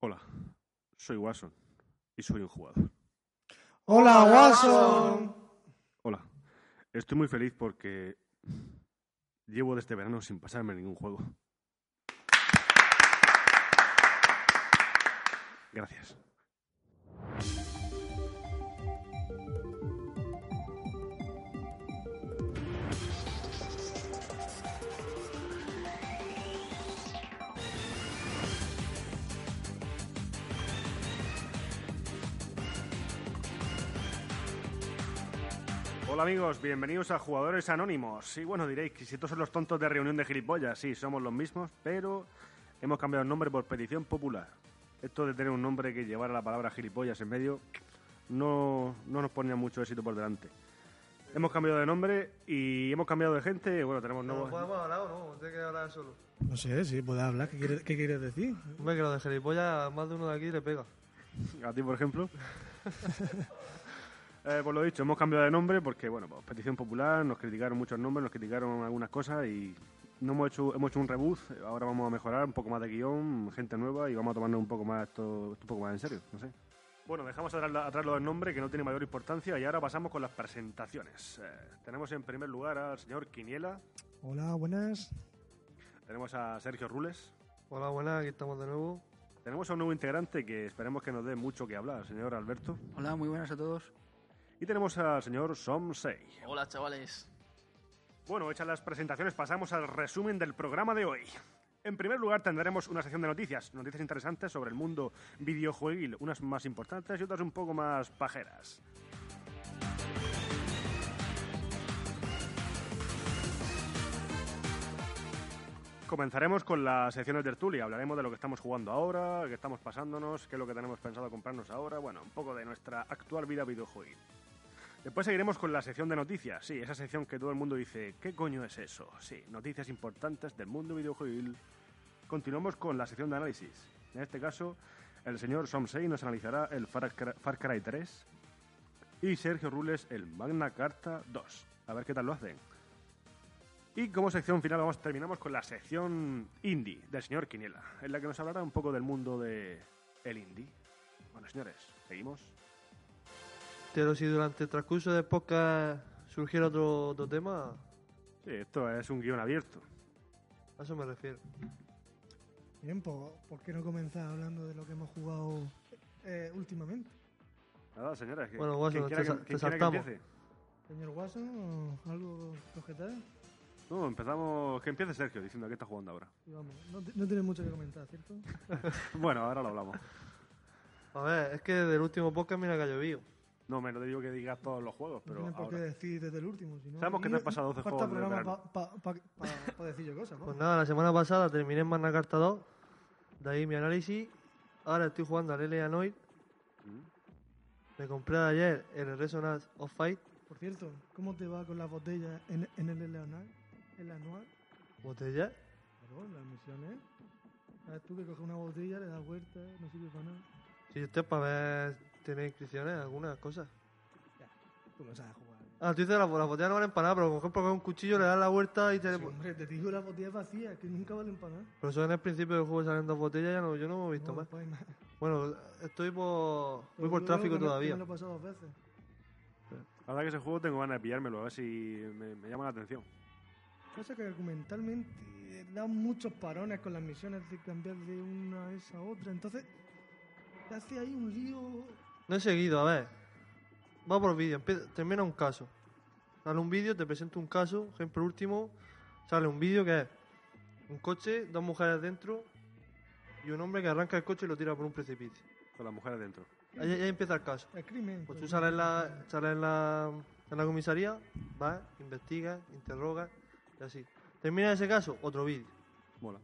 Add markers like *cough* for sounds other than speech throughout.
Hola, soy Watson y soy un jugador. Hola, Watson. Hola, estoy muy feliz porque llevo desde verano sin pasarme ningún juego. Gracias. Hola amigos, bienvenidos a Jugadores Anónimos. Y bueno, diréis que si estos son los tontos de reunión de gilipollas, sí, somos los mismos, pero hemos cambiado el nombre por petición popular. Esto de tener un nombre que llevara la palabra gilipollas en medio no, no nos ponía mucho éxito por delante. Hemos cambiado de nombre y hemos cambiado de gente. Bueno, tenemos No nuevos. podemos hablar o no, tiene que hablar solo. No sé, si puedes hablar. ¿Qué quieres, qué quieres decir? Hombre, que lo de gilipollas, más de uno de aquí le pega. A ti, por *laughs* ejemplo. Eh, por lo dicho, hemos cambiado de nombre porque, bueno, pues, petición popular, nos criticaron muchos nombres, nos criticaron algunas cosas y no hemos hecho, hemos hecho un reboot. Ahora vamos a mejorar un poco más de guión, gente nueva y vamos a tomarnos un poco más esto, esto un poco más en serio, no sé. Bueno, dejamos atrás, la- atrás lo del nombre que no tiene mayor importancia y ahora pasamos con las presentaciones. Eh, tenemos en primer lugar al señor Quiniela, Hola, buenas. tenemos a Sergio Rules, Hola, buenas, aquí estamos de nuevo. tenemos a un nuevo integrante que esperemos que nos dé mucho que hablar, señor Alberto, Hola, muy buenas a todos. y tenemos al señor Somsei. Hola, chavales. Bueno, hechas las presentaciones, pasamos al resumen del programa de hoy. En primer lugar, tendremos una sección de noticias, noticias interesantes sobre el mundo videojueguil, unas más importantes y otras un poco más pajeras. Comenzaremos con las secciones de tertulia. Hablaremos de lo que estamos jugando ahora, qué estamos pasándonos, qué es lo que tenemos pensado comprarnos ahora, bueno, un poco de nuestra actual vida videojueguil. Después seguiremos con la sección de noticias. Sí, esa sección que todo el mundo dice, ¿qué coño es eso? Sí, noticias importantes del mundo videojuegil. Continuamos con la sección de análisis. En este caso, el señor Somsei nos analizará el Far Cry, Far Cry 3 y Sergio Rules el Magna Carta 2. A ver qué tal lo hacen. Y como sección final vamos, terminamos con la sección indie del señor Quiniela, en la que nos hablará un poco del mundo de el indie. Bueno, señores, seguimos. Pero si durante el transcurso del podcast surgiera otro, otro tema, Sí, esto es un guión abierto. a eso me refiero. Bien, pues, ¿por qué no comenzar hablando de lo que hemos jugado eh, últimamente? Nada, señora. Que, Bueno, Guaso, quien quiera te que- sa- quien te quiera que saltamos. empiece. Señor Watson, ¿algo que objetar? No, empezamos. Que empiece Sergio diciendo a qué está jugando ahora. *laughs* Y vamos, no, te- no tienes mucho que comentar, ¿cierto? Bueno, ahora lo hablamos. A ver, es que del último podcast mira que ha llovido. No, me lo digo que digas todos los juegos, No pero tienes por qué ahora. decir desde el último. Si no, Sabemos que te has pasado 12 juegos juegos de programa para decir yo cosas, ¿no? Pues nada, la semana pasada terminé en Magna Carta 2, de ahí mi análisis. Ahora estoy jugando al L.A. Noir. Mm. Me compré ayer el Resonance of Fight. Por cierto, ¿cómo te va con las botellas en, en el Eleonor? ¿En la anual? Botella. Claro, en las misiones. Sabes ah, tú que coges una botella, le das vuelta, no sirve para nada. Si usted para ver, tiene inscripciones, algunas cosas. Tú no sabes jugar. Ah, tú dices las, las botellas no valen para nada, pero por ejemplo con un cuchillo le das la vuelta y te... Sí, hombre, te digo las botellas vacías, que nunca valen para nada. Pero eso en el principio del juego salen dos botellas, ya no, yo no me he visto No, más. pues, nada. Bueno, estoy por... Voy Pero por yo tráfico que me- todavía. que Me lo he pasado dos veces. La verdad que ese juego tengo ganas de pillármelo, a ver si me, me llama la atención. Pasa que argumentalmente dan muchos parones con las misiones de cambiar de una a esa otra. Entonces, te hace ahí un lío. No he seguido, a ver. Va por vídeo, empie- termina un caso. Sale un vídeo, te presento un caso, ejemplo último. Sale un vídeo que es un coche, dos mujeres dentro y un hombre que arranca el coche y lo tira por un precipicio. Con las mujeres dentro. Ahí, ahí empieza el caso. El crimen. Pues tú sales en la, sales en la, en la comisaría, vas, investigas, interrogas y así. Termina ese caso, otro vídeo. Mola.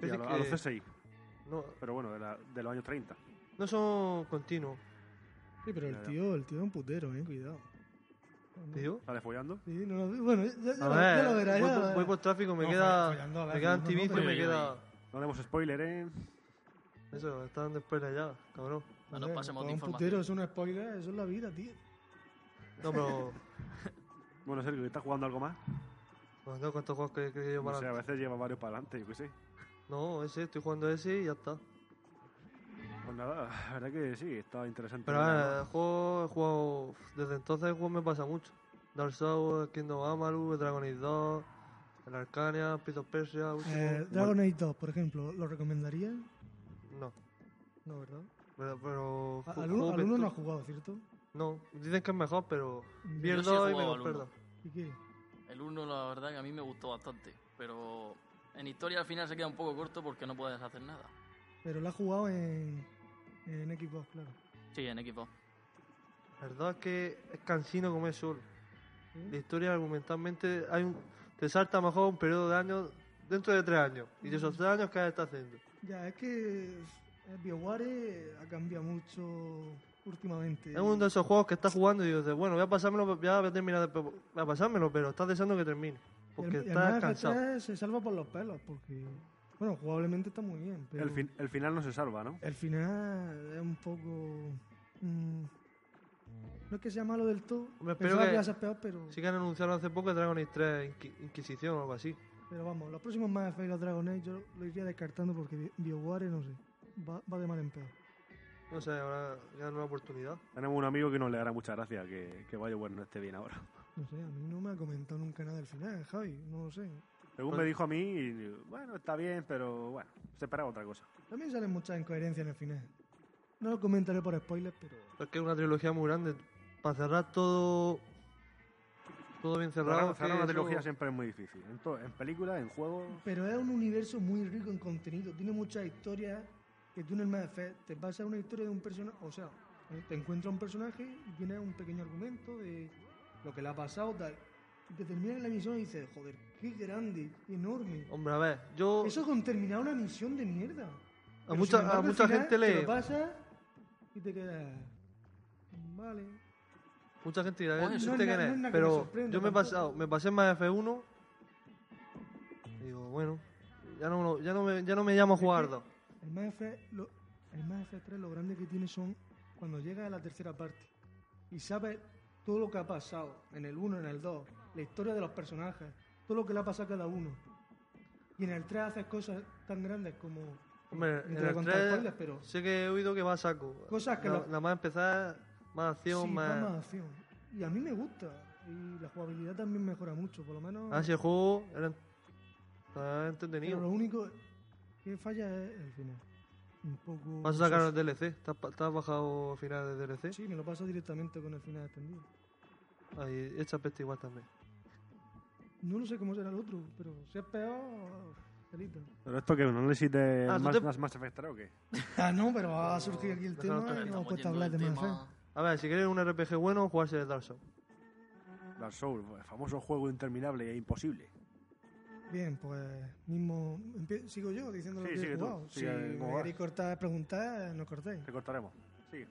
Sí, a, veces lo- que a los CSI, no, pero bueno, de, la- de los años 30. no son continuos. Sí, pero Ya, el ya. tío, el tío es un putero, eh, cuidado. ¿Te digo? ¿Sale follando? Sí, no lo- bueno, ya, ya A lo- ver, ya lo verás. voy, ya por, lo voy verás. por tráfico, me No, queda. foll- follando, a me ver, quedan no, no, tibicio, pero me yo- queda. No demos spoiler, ¿eh? Eso, están después de allá, cabrón. A No nos ver, pasemos para de un información. putero, es un spoiler, eso es la vida, tío. No, pero. *laughs* Bueno, Sergio, ¿que ¿estás jugando algo más? Pues no, ¿cuántos juegos que, que yo No para sé, a adelante? veces lleva varios para adelante, yo qué sé. No, ese, estoy jugando ese y ya está. Pues nada, *laughs* la verdad que sí, está interesante. Pero eh, el juego, he jugado. Desde entonces el juego me pasa mucho. Dark Souls, Kingdom Amaru, Dragon Age 2, el Arcania, Pito Persia, último. Eh, Dragon Age 2, por ejemplo, ¿lo recomendaría? No, No, ¿verdad? pero. pero A- ju- Al juego 1 virtu- no ha jugado, ¿cierto? No, dicen que es mejor, pero. Yo Vi el sí he 2 y me jugado al lo uno. perdo. ¿Y qué? El 1 la verdad que a mí me gustó bastante, pero en historia al final se queda un poco corto porque no puedes hacer nada. Pero lo ha jugado en, en Xbox, claro. Sí, en equipo. El 2 es que es cansino comer solo. ¿Sí? La historia argumentalmente hay un, te salta a lo mejor un periodo de años dentro de tres años. Y de ¿Mm? esos tres años, ¿qué está haciendo? Ya, es que eh, BioWare ha cambiado mucho últimamente. Es uno de esos juegos que estás jugando y dices, bueno, voy a pasármelo, ya voy a terminar de, voy a pasármelo, pero estás deseando que termine. Porque Y el- y estás además el cansado. E3 se salva por los pelos, porque, bueno, jugablemente está muy bien, pero El, fin- el final no se salva, ¿no? el final es un poco... mm, no es que sea malo del todo, Hombre, espero pensaba que, que- iba a ser peor, pero, Sí que han anunciado hace poco el Dragon Age 3 Inqui- Inquisición o algo así. pero vamos, los próximos más Effect y los Dragon Age yo lo iría descartando porque Bi- BioWare, no sé, va, va de mal en peor. No sé, ahora ya una oportunidad. Tenemos un amigo que nos le hará mucha gracia que, que Bioware no esté bien ahora. No sé, a mí no me ha comentado nunca nada del final, Javi, no lo sé. Según Pues- me dijo a mí, y, bueno, está bien, pero bueno, se esperaba otra cosa. También salen muchas incoherencias en el final. No lo comentaré por spoilers, pero... Es que es una trilogía muy grande. Para cerrar todo. Todo bien cerrado. Cerrar, cerrar que una eso- trilogía siempre es muy difícil. En, to- en películas, en juegos. Pero es un universo muy rico en contenido. Tiene muchas historias que tú en el Mass Effect te pasa una historia de un personaje. O sea, eh, te encuentras un personaje y tiene un pequeño argumento de lo que le ha pasado, tal. Y te terminas la misión y dices, joder, qué grande, qué enorme. Hombre, a ver, yo. Eso con terminar una misión de mierda. Pero Oh. mucha- sin a al mucha final gente Te le- lo pasas y te quedas. Vale. Mucha gente dirá, Bueno, "Eh, eso ¿este no quién es na- es?". no es nada que me pero sorprenda yo me he tampoco. pasado, me pasé más F1. y digo, bueno, ya no, lo- ya no, me, ya no me llamo a jugar dos. El Mass Effect, lo, el Mass Effect 3 lo grande que tiene son cuando llega a la tercera parte y sabes todo lo que ha pasado en el 1, en el 2, la historia de los personajes, todo lo que le ha pasado a cada uno. Y en el 3 haces cosas tan grandes como... Hombre, no te en voy a el contar tres spoilers, pero... sé que he oído que va a saco. Cosas que Na- lo- Nada más empezar, más acción, sí, más... da más acción. Y a mí me gusta. Y la jugabilidad también mejora mucho, por lo menos... Ah, si el juego era, está pero lo entretenido. único que falla es el final. Un poco... Vas a sacar el DLC, ¿te has, pa- te has bajado al final del DLC? Sí, me lo paso directamente con el final extendido. Ahí, esta peste igual también. No lo sé cómo será el otro, pero si es peor, delito. ¿Pero esto que ¿Un análisis de Ah, tú más, te- más, más Effect 3 o qué? Ah, no, pero ha surgido aquí el Déjalo tema estar. y nos hemos Estamos puesto a yendo hablar de del más. tema- A ver, si queréis un RPG bueno, jugarse el Dark Souls. Dark Souls, el famoso juego interminable e imposible. Bien, pues mismo. empie- Sigo yo diciendo lo Sí, que sigue he tú, jugado. Si sigue como me vas. queréis cortar, preguntar, no cortéis. Recortaremos. Sí.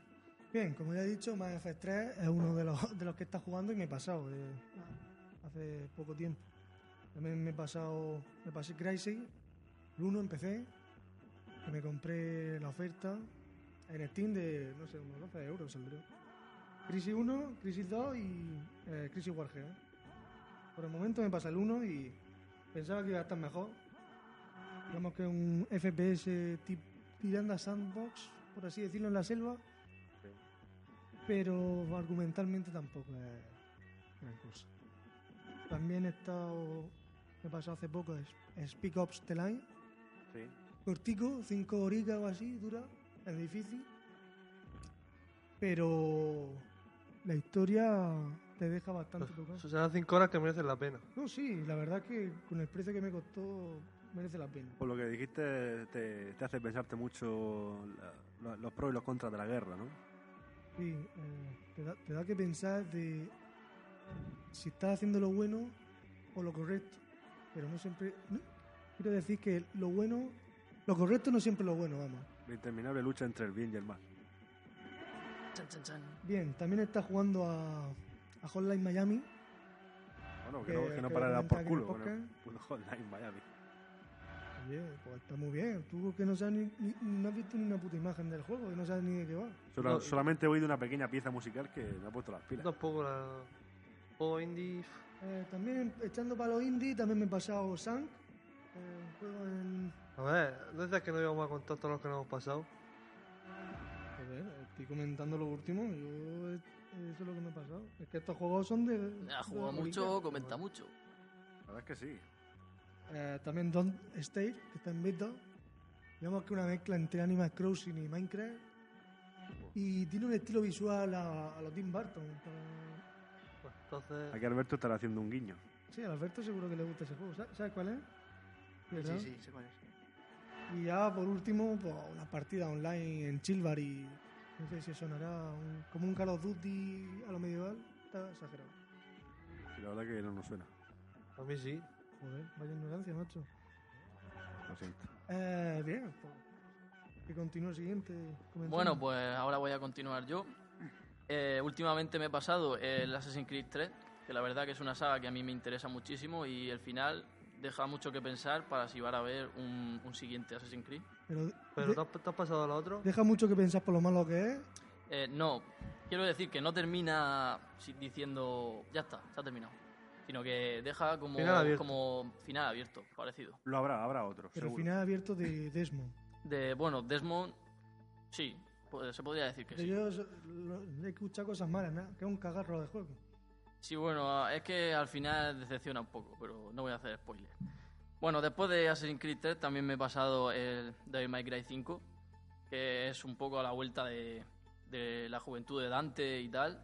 Bien, como ya he dicho, Mass Effect 3 es uno de los, de los que está jugando y me he pasado eh, hace poco tiempo. También me he pasado, me pasé Crisis, el 1 empecé, que me compré la oferta en Steam de, no sé, unos 12 euros saldrá. Crisis 1, Crisis 2 y eh, Crisis Warfare. Por el momento me pasa el 1 y pensaba que iba a estar mejor. Digamos que un FPS tip- tirando a sandbox, por así decirlo, en la selva, pero argumentalmente tampoco es gran cosa. También he estado, me he pasado hace poco es- Speak Ups The Line, Sí. cortico, 5 horitas o así, dura, es difícil, pero la historia te deja bastante tocado. Eso serán 5 horas que merecen la pena. No, sí, la verdad es que con el precio que me costó merece la pena. Por lo que dijiste, te, te hace pensarte mucho la- la- los pros y los contras de la guerra, ¿no? Sí, eh, te, da, te da que pensar de si estás haciendo lo bueno o lo correcto. Pero no siempre. no- Quiero decir que lo bueno Lo correcto no siempre es lo bueno, vamos. La interminable lucha entre el bien y el mal. Chan, chan, chan. Bien, también está jugando a, a Hotline Miami. Bueno, que, Que- no, que no que para de dar comenté por aquí culo. en el Bueno, un hotline Miami. Oye, pues está muy bien. Tú que no sabes ni, ni- no has visto ni una puta imagen del juego, que no sabes ni de qué va. Solo- No, solamente he oído una pequeña pieza musical que me ha puesto las pilas. Tampoco la. O indie. Eh, también echando para los indie, también me he pasado Sank. eh, un juego en. A ver, desde que no íbamos a contar todos los que nos hemos pasado. A ver, estoy comentando lo último. Yo, eh, eso es lo que me ha pasado. Es que estos juegos son de. Ah, Ha jugado de- mucho, comenta mucho. La verdad es que sí. Eh, también Don't State, que está en beta. Digamos que una mezcla entre Animal Crossing y Minecraft. Y tiene un estilo visual a, a los Tim Burton. para- Pues, entonces. Aquí Alberto estará haciendo un guiño. Sí, a Alberto seguro que le gusta ese juego. ¿Sa- ¿Sabes, cuál es? ¿Verdad? Sí, sí, sé cuál es. Y ya por último, pues, una partida online en Chilvar y no sé si os sonará un- como un Call of Duty a lo medieval. Está exagerado. Y la verdad que no nos suena. A mí sí. Joder, vaya ignorancia, macho. Lo siento. Eh, bien, pues, que continúe el siguiente. comentario. Bueno, pues ahora voy a continuar yo. Eh, últimamente me he pasado el Assassin's Creed 3, que la verdad que es una saga que a mí me interesa muchísimo y el final deja mucho que pensar para si van a ver un, un siguiente Assassin's Creed. Pero, Pero de- ¿te, has, te has pasado a la otra? deja mucho que pensar por lo malo que es. Eh, no, quiero decir que no termina si- diciendo ya está, se ha terminado, sino que deja como Final abierto. como final abierto, parecido. Lo habrá, habrá otro. Pero seguro. final abierto de Desmond. De bueno, Desmond, sí, po- se podría decir *laughs* que Pero sí. yo so- lo- he escuchado cosas malas, ¿no? que es un cagarro de juego. Sí, bueno, es que al final decepciona un poco, pero no voy a hacer spoiler. Bueno, después de Assassin's Creed 3 también me he pasado el Devil May Cry 5, que es un poco a la vuelta de, de la juventud de Dante y tal.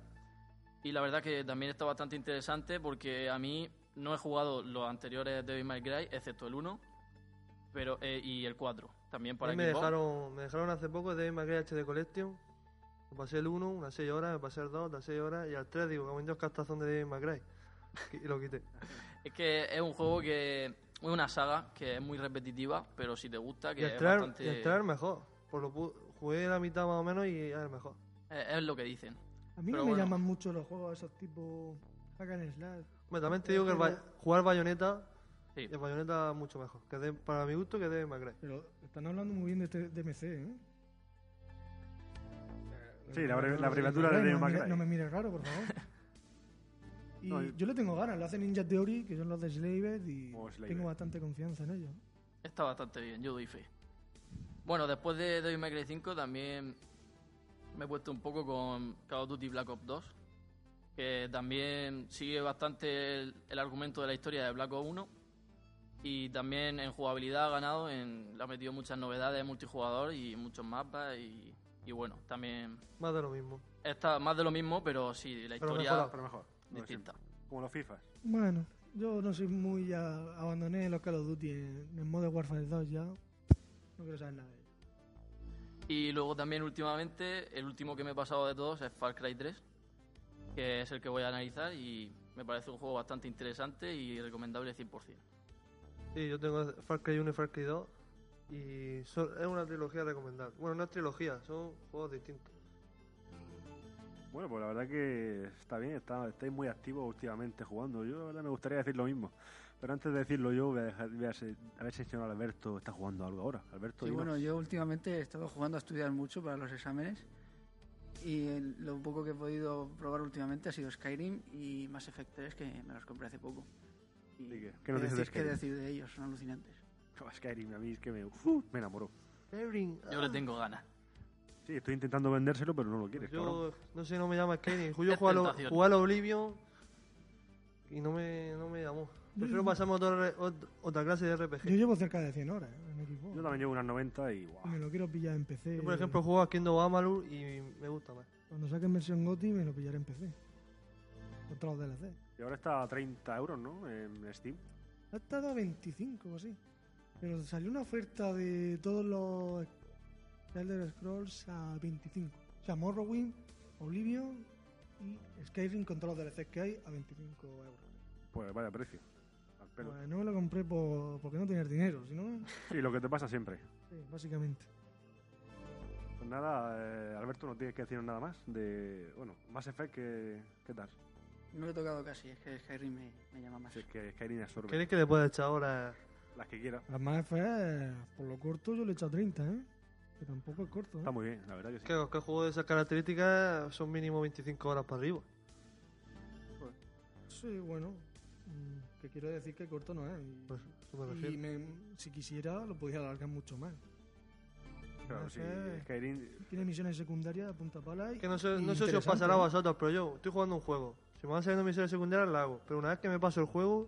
Y la verdad que también está bastante interesante porque a mí no he jugado los anteriores Devil May Cry, excepto el 1 pero, eh, y el 4, también A para mí me Xbox. dejaron, me dejaron hace poco de Cry HD Collection. Me pasé el 1, unas 6 horas, me pasé el 2, otras 6 horas, y al 3 digo, que Dios, castazón de Devil Cry. Y *laughs* lo quité. Es que es un juego que es una saga que es muy repetitiva, pero si te gusta, que Y es el 3 era- bastante- y el 3 era el mejor. Por lo pu- jugué la mitad más o menos y era el mejor. es- es lo que dicen. A mí Pero no me bueno. llaman mucho los juegos esos tipo hack and slash. Hombre, también te digo que el Bay- jugar Bayonetta, Sí. el Bayonetta mucho mejor. Que de- para mi gusto que Devil May Cry. Pero están hablando muy bien de este DMC, ¿eh? Sí, la, abrevi- la abreviatura Ay, de Devil no, me May mire- Cry. no me mires raro, por favor. *laughs* Y No, yo- yo... le tengo ganas, lo hacen Ninja Theory, que son los de Slaved, y Oh, Slaved. tengo bastante confianza en ellos. Está bastante bien, yo doy fe. Bueno, después de Devil May Cry 5 también me he puesto un poco con Call of Duty Black Ops 2, que también sigue bastante el, el argumento de la historia de Black Ops 1 y también en jugabilidad ha ganado, en, le ha metido muchas novedades multijugador y muchos mapas y, y bueno, también Más de lo mismo. está más de lo mismo, pero sí, la Pero historia mejorado. Pero mejor. lo de distinta. siempre. Como los FIFAs. Bueno, yo no soy muy. Ya, abandoné los Call of Duty en, en Modern Warfare 2 ya. No quiero saber nada de ellos. Y luego también últimamente, el último que me he pasado de todos es Far Cry 3, que es el que voy a analizar y me parece un juego bastante interesante y recomendable 100%. Sí, yo tengo Far Cry 1 y Far Cry 2. Y son- es una trilogía recomendable. Bueno, no es trilogía, son juegos distintos. Bueno, pues la verdad que está bien, está, estáis muy activos últimamente jugando. Yo la verdad me gustaría decir lo mismo. Pero antes de decirlo yo, voy a, dejar, voy a, se- a ver si el señor Alberto está jugando algo ahora. Alberto, Sí, dinos. bueno, yo últimamente he estado jugando a estudiar mucho para los exámenes y el- lo poco que he podido probar últimamente ha sido Skyrim y Mass Effect 3 que me los compré hace poco. Y ¿Y qué? ¿Qué nos dices de decir, qué Skyrim? decir de ellos? Son alucinantes. Skyrim, a mí *laughs* es que me, ¡Uf! me enamoró. Skyrim, Yo le tengo ganas. Sí, estoy intentando vendérselo, pero no lo quieres, cabrón. Yo no sé, no me llama Skyrim. Yo *laughs* Es jugué al- tentación. jugué al Oblivion y no me, no me llamó. Prefiero pasarme a otra, re- ot- otra clase de RPG. Yo llevo cerca de 100 horas ¿eh? en equipo. Yo también llevo unas 90 y Y me guau. lo quiero pillar en PC. Yo, por ejemplo, juego a Kingdom Amalur y me gusta más. Cuando saquen versión GOTI me lo pillaré en PC. Con todos los DLC. Y ahora está a 30 euros, ¿no? En Steam. Ha estado a 25 o así. Pero salió una oferta de todos los Elder Scrolls a 25. O sea, Morrowind, Oblivion y Skyrim con todos los DLCs que hay a 25 euros. Pues vaya precio. Al pelo. Pues no me lo compré por, porque no tener dinero, sino Sí, lo que te pasa siempre. Sí, básicamente. Pues nada, eh, Alberto, no tienes que decirnos nada más de, bueno, Mass Effect, ¿qué, qué tal? No lo he tocado casi, es que Skyrim me, me llama más. Si es que Skyrim absorbe ¿Queréis que le pueda echar ahora? las que quiera. Las más feas, por lo corto, yo le he echado 30, ¿eh? Que tampoco es corto, ¿eh? Está muy bien, la verdad que sí. Que los juegos de esas características son mínimo 25 horas para arriba. Sí, bueno. mm, Que quiero decir que corto no es. Y, Pues, ¿qué me y refiero? me- si quisiera, lo podía alargar mucho más. Claro, Mass sí, Effect Skyrim, Tiene misiones secundarias a punta pala. Y, Que no sé, no sé si os interesante, pasará a ¿eh? vosotros, pero yo estoy jugando un juego. Si me van saliendo misiones secundarias, la hago. Pero una vez que me paso el juego,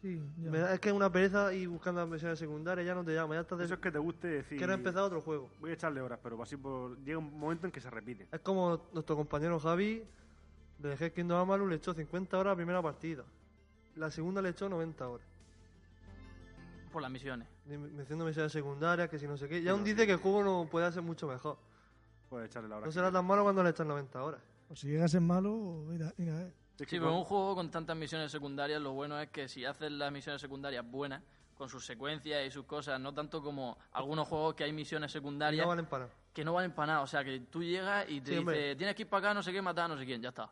Sí, ya. me da- es que es una pereza y buscando las misiones secundarias ya no te llama. Ya estás de eso es que te guste decir... Quiero empezar otro juego. Voy a echarle horas, pero así por... llega un momento en que se repite. Es como nuestro compañero Javi de Head Kingdom Amaru le echó 50 horas a la primera partida. La segunda le echó 90 horas. Por las misiones. Y me- Metiendo misiones secundarias, que si no sé qué. Ya No, un sí. dice que el juego no puede hacer mucho mejor. Puedes echarle la hora. No que será quieras. tan malo cuando le echan 90 horas. O si llega a ser malo, mira, mira, eh. Sí, Es que pero cuando- un juego con tantas misiones secundarias, lo bueno es que si haces las misiones secundarias buenas, con sus secuencias y sus cosas, no tanto como algunos juegos que hay misiones Y secundarias no valen para nada. que no valen para nada. O sea, que tú llegas y te Sí, dice, hombre. tienes que ir para acá, no sé qué, matar, a no sé quién, ya está.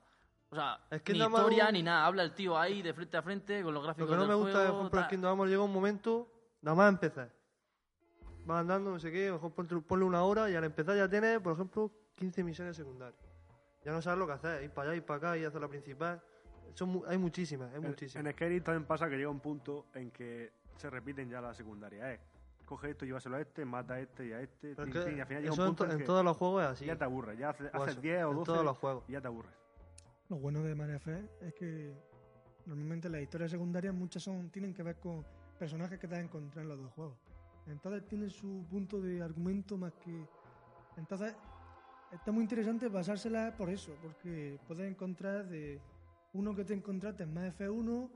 O sea, Es que ni nada más historia un- ni nada. Habla el tío ahí de frente a frente con los Lo gráficos que no del me gusta de juego, comprar tal. Kingdom Hearts llega un momento, nada más empezar. Vas andando, no sé qué, mejor ponte- ponle una hora y al empezar ya tienes, por ejemplo, 15 misiones secundarias. Ya no sabes lo que hacer, ir para allá, ir para acá, ir hacer la principal. Son mu- hay muchísimas, hay En- muchísimas. En, Skyrim también pasa que llega un punto en que se repiten ya las secundarias. Eh, coge esto, llévaselo a este, mata a este y a este. Pero tin, es que tin, y al final llega eso un en, punto to- en, en que todos los juegos es así. ya te aburres. Ya hace- O haces eso, 10 o en 12 todos los juegos. y ya te aburres. Lo bueno de Mass Effect es que normalmente las historias secundarias muchas son tienen que ver con personajes que te vas a encontrar en los dos juegos. Entonces tienen su punto de argumento más que... Entonces está muy interesante basársela por eso, porque puedes encontrar de uno que te encontraste en Mass Effect 1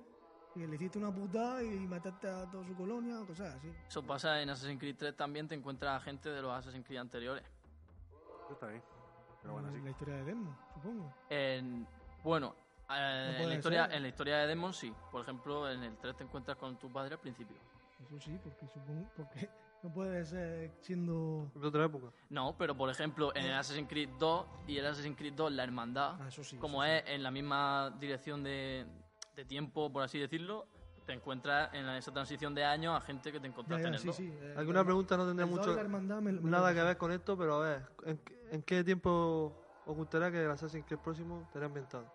que le hiciste una puta y mataste a toda su colonia o cosas así. Eso pasa en Assassin's Creed 3 también, te encuentras a gente de los Assassin's Creed anteriores. Eso está bien. Pero bueno, sí. La historia de Desmond, supongo. En- bueno, eh, en, puede la historia, ser. en la historia de Demon sí. Por ejemplo, en el 3 te encuentras con tu padre al principio. Eso sí, porque supongo... Porque *laughs* no puede ser siendo... De otra época. No, pero por ejemplo, en el Assassin's Creed 2 y el Assassin's Creed 2, la hermandad, Ah, eso sí. como eso sí. es en la misma dirección de, de tiempo, por así decirlo, te encuentras en esa transición de años a gente que te Ya, encontraste ya, en el sí, 2. sí, eh, Alguna el- pregunta no tendrá El mucho Dora Hermandad me lo- me lo nada que pasé. ver con esto, pero a ver, ¿en, qué- en qué tiempo os gustaría que el Assassin's Creed próximo te inventado?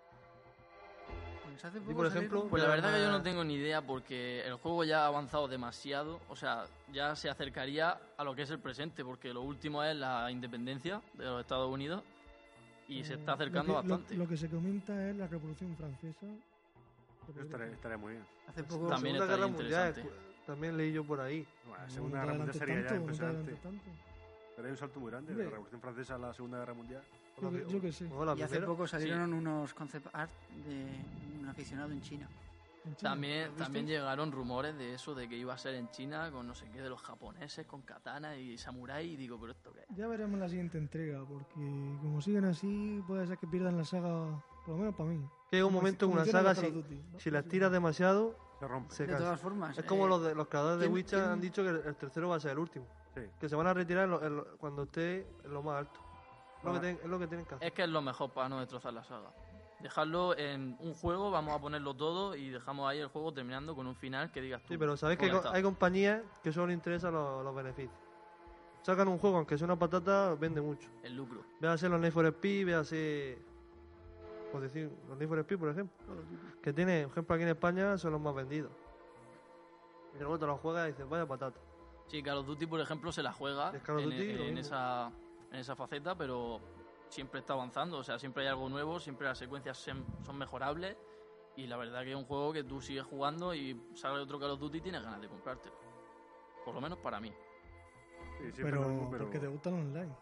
Pues hace Yo, poco por salió ejemplo, un- Pues la Ya, verdad que yo ma- no tengo ni idea porque el juego ya ha avanzado demasiado, o sea, ya se acercaría a lo que es el presente, porque lo último es la independencia de los Estados Unidos y se Eh, está lo acercando que- lo- bastante. Lo que se comenta es la Revolución Francesa. Eso estaría, estaría muy bien. hace La poco También Segunda estaría Guerra Mundial, interesante. cu- también leí yo por ahí. Bueno, la No, Segunda no te Guerra Mundial adelantes sería ya tanto, no te impresionante. adelantes tanto. pero hay un salto muy grande de la Hombre. Revolución Francesa a la Segunda Guerra Mundial. O la Yo que- pri- yo que sé. o la Y hace primera. poco salieron unos concept art de un aficionado en China. En China, ¿lo También, has también visto? llegaron rumores de eso, de que iba a ser en China con no sé qué, de los japoneses, con katana y samurai, y digo, pero esto qué es? Ya veremos la siguiente entrega, porque como siguen así, puede ser que pierdan la saga, por lo menos para mí. Que llega un Como si- momento en como una hicieron saga, los si, Call of Duty, ¿no? si las tiras demasiado, Se rompe. se De cansa. todas formas, Es como eh, los, de, los creadores de ¿quién- Witcher quién- han dicho que el, el tercero va a ser el último. Sí. Que se van a retirar en lo- en lo- cuando esté en lo más alto. Es lo, Van que a- tienen, es lo que tienen que hacer. Es que es lo mejor para no destrozar la saga. Dejarlo en un juego, vamos a ponerlo todo y dejamos ahí el juego terminando con un final que digas tú. Sí, pero sabéis que "Pues ya co- está". hay compañías que solo les interesan los, los beneficios. Sacan un juego, aunque sea una patata, vende mucho. el lucro. Véase los Need for Speed, véase. Por decir, los Need for Speed, por ejemplo. Que tiene, por ejemplo, aquí en España son los más vendidos. Y luego te los juegas y dices, vaya patata. Sí, Call of Duty, por ejemplo, se la juega De Call of en, Duty, lo en mismo. esa, en esa faceta, pero siempre está avanzando. O sea, siempre hay algo nuevo, siempre las secuencias sem- son mejorables. Y la verdad que es un juego que tú sigues jugando y sale otro Call of Duty y tienes ganas de comprártelo. Por lo menos para mí, Sí, siempre Pero, lo mismo, porque te gustan online.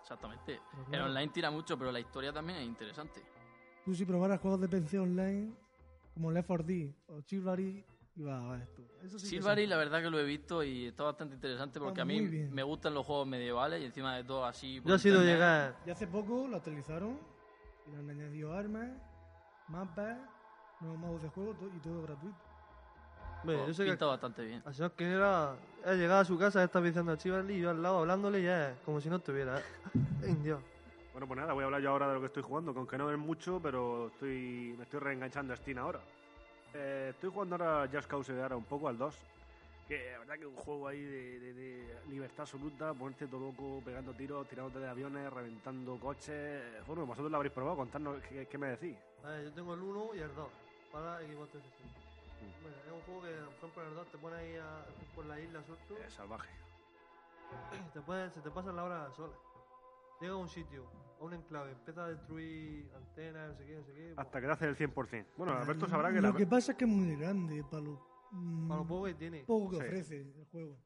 exactamente. Pero El claro, online tira mucho, pero la historia también es interesante. Tú si probaras juegos de PC online, como Left 4 D o Chivalry, ibas a ver esto. Eso sí que Silvary, sí. la verdad que lo he visto y está bastante interesante porque Está a mí muy bien. me gustan los juegos medievales y encima de todo así. por Yo he sido internet. llegar. Y hace poco lo actualizaron y le han añadido armas, mapas, nuevos modos de juego to- y todo gratuito. Bueno, eh, yo sé que Ah, Pinta bastante bien. al señor que era, he llegado a su casa, estaba diciendo a Chivali y yo al lado hablándole y ya es como si no estuviera. ¿eh? *laughs* Indio. Bueno, pues nada, voy a hablar yo ahora de lo que estoy jugando, que aunque no es mucho, pero estoy me estoy reenganchando a Steam ahora. Eh, estoy jugando ahora Just Cause ahora un poco al 2, que la verdad que es un juego ahí de, de- de libertad absoluta, ponerte todo loco, pegando tiros, tirándote de aviones, reventando coches. Bueno, vosotros lo habréis probado, contadnos qué, qué me decís. Eh, A ver, yo tengo el 1 y el 2 para Xbox 360. Bueno, es un juego que, por ejemplo, en el 2 te pones ahí a- por la isla suelto Es salvaje. te puede- se te pasa la hora sola. Llega a un sitio, a un enclave, empieza a destruir antenas, no sé qué, no sé qué. Hasta que te haces el 100%. Bueno, Alberto sabrá que Lo la... que pasa es que es muy grande para lo, mm, Para lo poco que tiene. poco que Sí. ofrece el juego.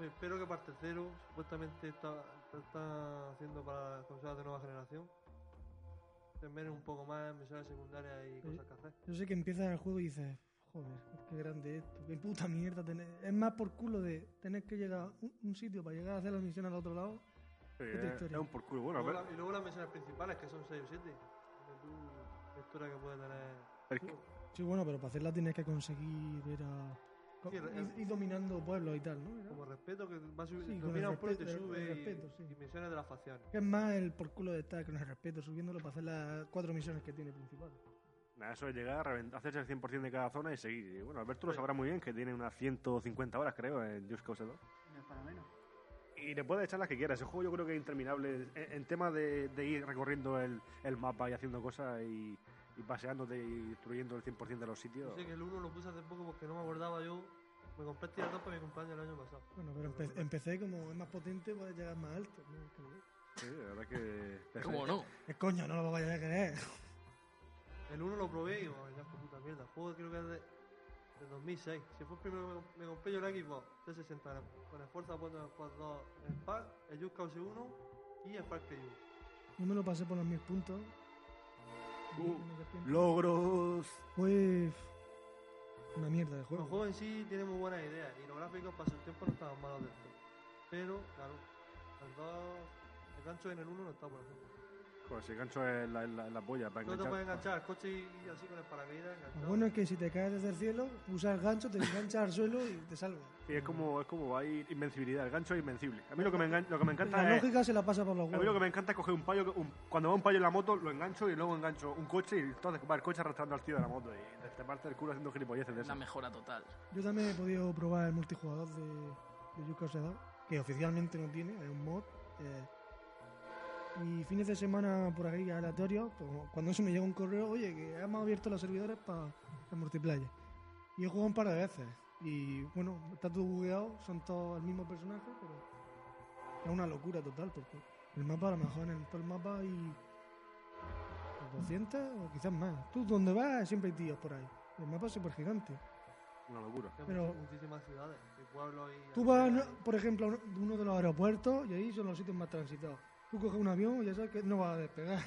Me espero que para el tercero, supuestamente está, está haciendo para consolas de nueva generación. También un poco más misiones secundarias y cosas que hacer. Yo sé que empiezas el juego y dices, joder, qué grande esto, qué puta mierda tener. Es más por culo de tener que llegar a un, un sitio para llegar a hacer la misión al otro lado. Sí, Otra es, historia. es eh, un por culo. Bueno, Luego pero- la- y luego las misiones principales, que son 6 o 7. La historia que puede tener. el- Sí, bueno, pero para hacerla tienes que conseguir ir a. co- Sí, re- eh, ir, ir dominando pueblos y tal, ¿no? Era- Como respeto, que va a subir. Sí, Sí, con el un pueblo y te respeto, el- sube. el y- respeto, sí. y misiones de las facciones. que Es más el por culo de estar con el respeto, subiéndolo para hacer las cuatro misiones que tiene principales. Nada, eso es llegar, revent- hacerse el 100% de cada zona y seguir. Y bueno, Alberto lo sabrá muy bien, que tiene unas 150 horas, creo, en Just Cause 2. No es para menos. Y le puedes echar las que quieras. Ese juego yo creo que es interminable. En, en tema de, de ir recorriendo el, el mapa y haciendo cosas y, y paseándote y destruyendo el 100% de los sitios. Yo sé que el 1 lo puse hace poco porque no me acordaba yo. Me compré este dos para mi cumpleaños el año pasado. Bueno, pero empe- empecé como es más potente, puedes llegar más alto. ¿no? Es que- Sí, la verdad que... pero- ¿Cómo no? Es coño, no lo vayas a creer. El 1 lo probé y digo, "Ay, ya qué puta mierda. El juego creo que es de, del 2006. Si fue el primero que me, comp- me compré yo la Xbox 360 la- con el Forza Motorsport 2, el Pack, el Just Cause 1 y el Park Crew. *laughs* Yo me lo pasé por los mil puntos. Uh, Tengo que tiempo. Logros. Fue una mierda de El juego. juego en sí tiene muy buenas ideas y los gráficos para su tiempo no estaban malos del todo. Pero, claro, el 2, el gancho en el 1 no está por ejemplo. Joder, si gancho es la, la, la polla para No te enganchar. puedes enganchar al coche y, y así con el paracaídas Lo enganchado. bueno es que si te caes desde el cielo, usas el gancho, te enganchas al suelo y te salvas. Sí, es como, es como hay invencibilidad. El gancho es invencible. A mí lo que me, engan- lo que me La encanta es... lógica se la pasa por los A mí lo que huevos. me encanta es coger un payo, que- un- cuando va un payo en la moto, lo engancho y luego engancho un coche y entonces va el coche arrastrando al tío de la moto y te- te parte el culo haciendo gilipolleces de Es la eso. mejora total. Yo también he podido probar el multijugador de, de Yuka que oficialmente no tiene, es un mod. eh, y fines de semana por ahí aleatorios, como cuando se me llega un correo, oye, que hemos abierto los servidores para el multiplayer. Y he jugado un par de veces. Y bueno, está todo bugueado, son todos el mismo personaje, pero es una locura total, porque el mapa a lo mejor en todo el mapa hay 200 o quizás más. Tú donde vas siempre hay tíos por ahí. El mapa es súper gigante. Una locura. Hay Pero- muchis- muchísimas ciudades y pueblos y... Tú vas, ¿no? por ejemplo, a uno- uno de los aeropuertos y ahí son los sitios más transitados. Tú coges un avión y ya sabes que no vas *laughs* a despegar.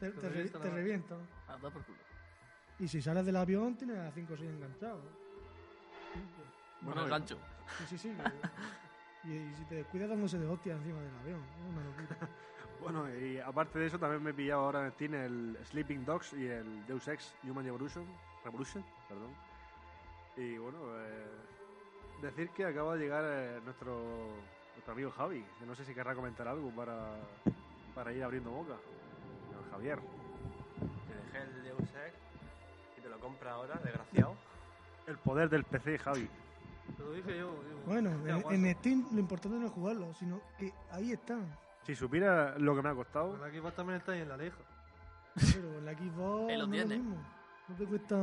te, te re- revientan te la- revientan. A dar por culo. Y si sales del avión, tienes a 5 o 6 enganchados. Bueno, el y- gancho. Sí, sí, sí. y, y si te descuidas dándose de hostias encima del avión. Es *laughs* una locura. Bueno, y aparte de eso, también me he pillado ahora en Steam el Sleeping Dogs y el Deus Ex Human Evolution, Revolution, perdón. Y bueno, eh, decir que acaba de llegar eh, nuestro, nuestro amigo Javi, que no sé si querrá comentar algo para, para ir abriendo boca. Señor Javier, Te dejé el Deus Ex y te lo compra ahora, desgraciado. el poder del PC, Javi. Te lo dije yo, digo, Bueno, "Hostia, guaso". en, en Steam lo importante no es jugarlo, sino que ahí están. Si supiera lo que me ha costado, Pero la Xbox también está ahí en la leja. Pero en la Xbox Él lo no es lo tiene. mismo. No te cuesta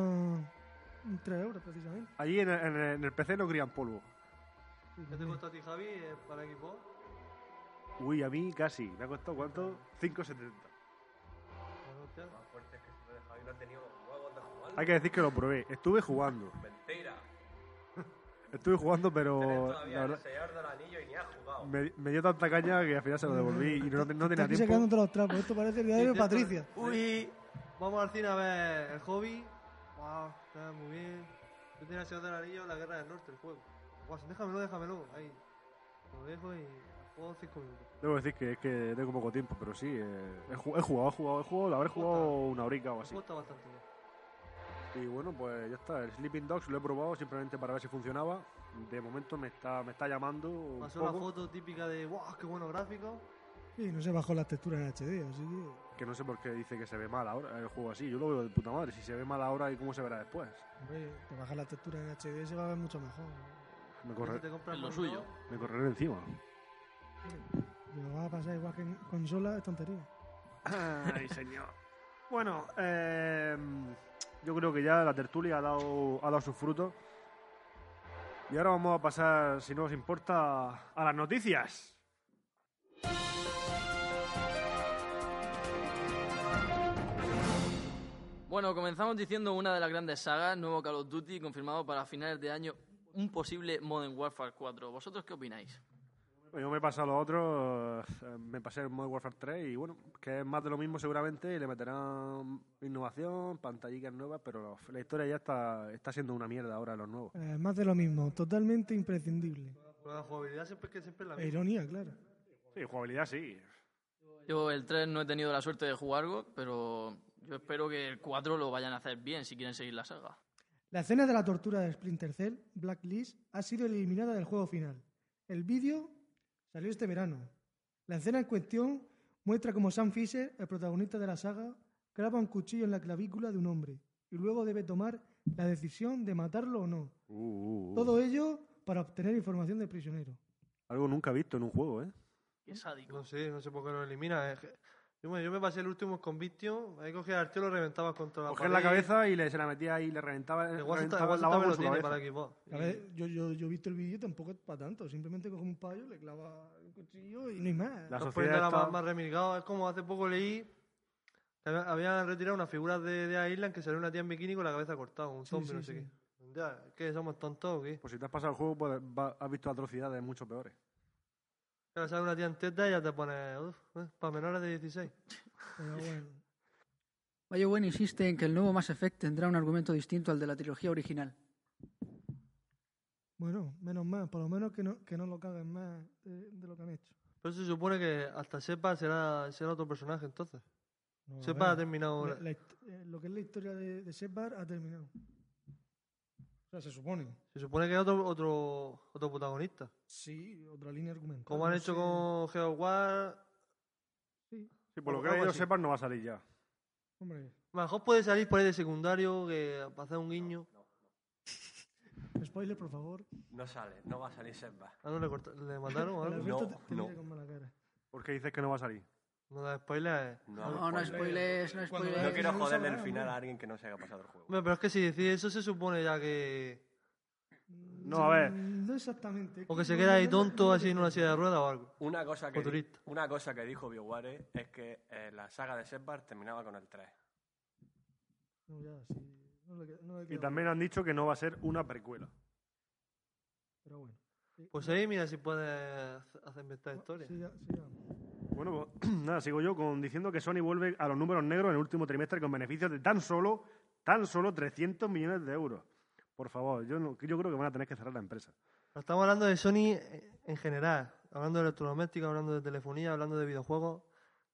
3 euros precisamente. allí en, en- en el PC no crían polvo. Yo te costó a ti, Javi, eh, para Xbox. Uy, a mí casi, me ha costado cuánto? 5,70. Bueno, hostia. Más fuerte es que se lo deja y no ha tenido los huevos de jugar. Hay que decir que lo probé. Estuve jugando. Mentira. *laughs* Estuve jugando, Tenés pero todavía la el verdad, señor del anillo y ni has jugado. me, me dio tanta caña que al final se lo devolví y no, no tenía Estás tiempo. sacándote los trapos. Esto parece *laughs* el diario de Intento- Patricia. Uy. Vamos al cine a ver el hobby. Wow, está muy bien. Yo tenía el Señor del Anillo, la Guerra del Norte, el juego. Guaso, déjamelo, déjamelo. Ahí. Lo dejo y juego 5 minutos. Debo decir que es que tengo poco tiempo, pero sí. eh, he, ju- he jugado, he jugado, he jugado. Lo habré jugado una horica o Me así. gusta bastante bien. Y bueno, pues ya está. El Sleeping Dogs lo he probado simplemente para ver si funcionaba. De momento me está, me está llamando. un Pasó la poco, foto típica de ¡Wow! ¡Qué buenos gráficos! Y no se bajó las texturas en HD, así que. Que no sé por qué dice que se ve mal ahora el juego así. Yo lo veo de puta madre. Si se ve mal ahora, ¿y cómo se verá después? Hombre, te bajas las texturas en HD se va a ver mucho mejor. Me, Porque corre- te compras Es lo por suyo. dos, me correré encima. Lo va a pasar igual que en consola, es tontería. Ay, señor. *laughs* Bueno, eh, yo creo que ya la tertulia ha dado, ha dado sus frutos. Y ahora vamos a pasar, si no os importa, a las noticias. Bueno, comenzamos diciendo una de las grandes sagas, nuevo Call of Duty confirmado para finales de año, un posible Modern Warfare 4. ¿Vosotros qué opináis? Yo me he pasado lo otro, eh, me pasé el Modern Warfare 3 y bueno, que es más de lo mismo seguramente, y le meterán innovación, pantallitas nuevas, pero la historia ya está, está siendo una mierda ahora los nuevos. Eh, más de lo mismo, totalmente imprescindible. Pero la jugabilidad siempre, que siempre es la La misma. ironía, claro. Sí, jugabilidad sí. Yo el 3 no he tenido la suerte de jugarlo, pero yo espero que el 4 lo vayan a hacer bien si quieren seguir la saga. La escena de la tortura de Splinter Cell, Blacklist, ha sido eliminada del juego final. El vídeo salió este verano. La escena en cuestión muestra cómo Sam Fisher, el protagonista de la saga, clava un cuchillo en la clavícula de un hombre y luego debe tomar la decisión de matarlo o no. Uh, Todo ello para obtener información del prisionero. Algo nunca visto en un juego, ¿eh? Pues, Qué sádico. No sé, no sé por qué lo elimina. es que- Yo, bueno, yo me pasé el último Conviction, ahí cogía el tío lo reventabas contra la Cogías la pared. cabeza y le, se la metía ahí, le reventaba, El reventaba el WhatsApp, el WhatsApp lavabo también en lo su tiene cabeza. para Xbox. A ver, yo, yo, yo he visto el vídeo, tampoco es para tanto. Simplemente coge un payo, le clava el cuchillo y no hay más. La sociedad Nos ponen ahora está- más, más remilgados. Es como hace poco leí que hab- habían retirado una figura de, de Island que salió una tía en bikini con la cabeza cortada, un Sí, zombie, sí, no sí. sé qué. Ya, ¿qué? ¿Somos tontos o qué? Pues si te has pasado el juego, pues, va- has visto atrocidades mucho peores. Claro, sale una tía en teta y ya te pones, uf, eh, para menores de 16. Pero bueno. BioWare insiste en que el nuevo Mass Effect tendrá un argumento distinto al de la trilogía original. Bueno, menos mal, por lo menos que no, que no lo caguen más eh, de lo que han hecho. Pero se supone que hasta Sepa será, será otro personaje entonces. No, a Sepa ha ver, terminado... la- la- la hist- eh, lo que es la historia de, de Shepard ha terminado. O sea, se supone. Se supone que es otro, otro, otro protagonista. Sí, otra línea argumental. Como han Pues no hecho sé. con Geoff War... Sí, por lo Algo que yo así. sepas, no va a salir ya. Hombre, Mejor puede salir por ahí de secundario que para hacer un guiño. spoiler, por favor. No sale, no va a salir Seba. Ah, no, le, corta- le *laughs* mataron o El algo. No, Alberto te, te no. mira con mala cara. ¿Por qué dices que no va a salir? No da eh. spoilers. No, hago No, no spoiler. spoilers, no Cuando No veas- spoilers. quiero no joderle el sabrá, final hombre. a alguien que no se haya pasado el juego. Hombre, pero es que si decís eso se supone ya que... No, a ver. No exactamente. O que se queda ahí No, no, no, tonto no, así en una silla de ruedas o algo. Una cosa que, di- Futurista. una cosa que dijo BioWare es que eh, la saga de Separ terminaba con el 3. No, ya, sí. No le queda- no le Y queda también han dicho que no va a ser una precuela. otra, Pero bueno. Sí, Pues ahí mira si puedes hacer inventar historias. Ah, sí, ya- sí, ya. Bueno, pues, *clears throat* nada, sigo yo con diciendo que Sony vuelve a los números negros en el último trimestre con beneficios de tan solo, tan solo 300 millones de euros. Por favor, yo, no, yo creo que van a tener que cerrar la empresa. Pero Estamos hablando de Sony eh, en general, hablando de electrodoméstica, hablando de telefonía, hablando de videojuegos,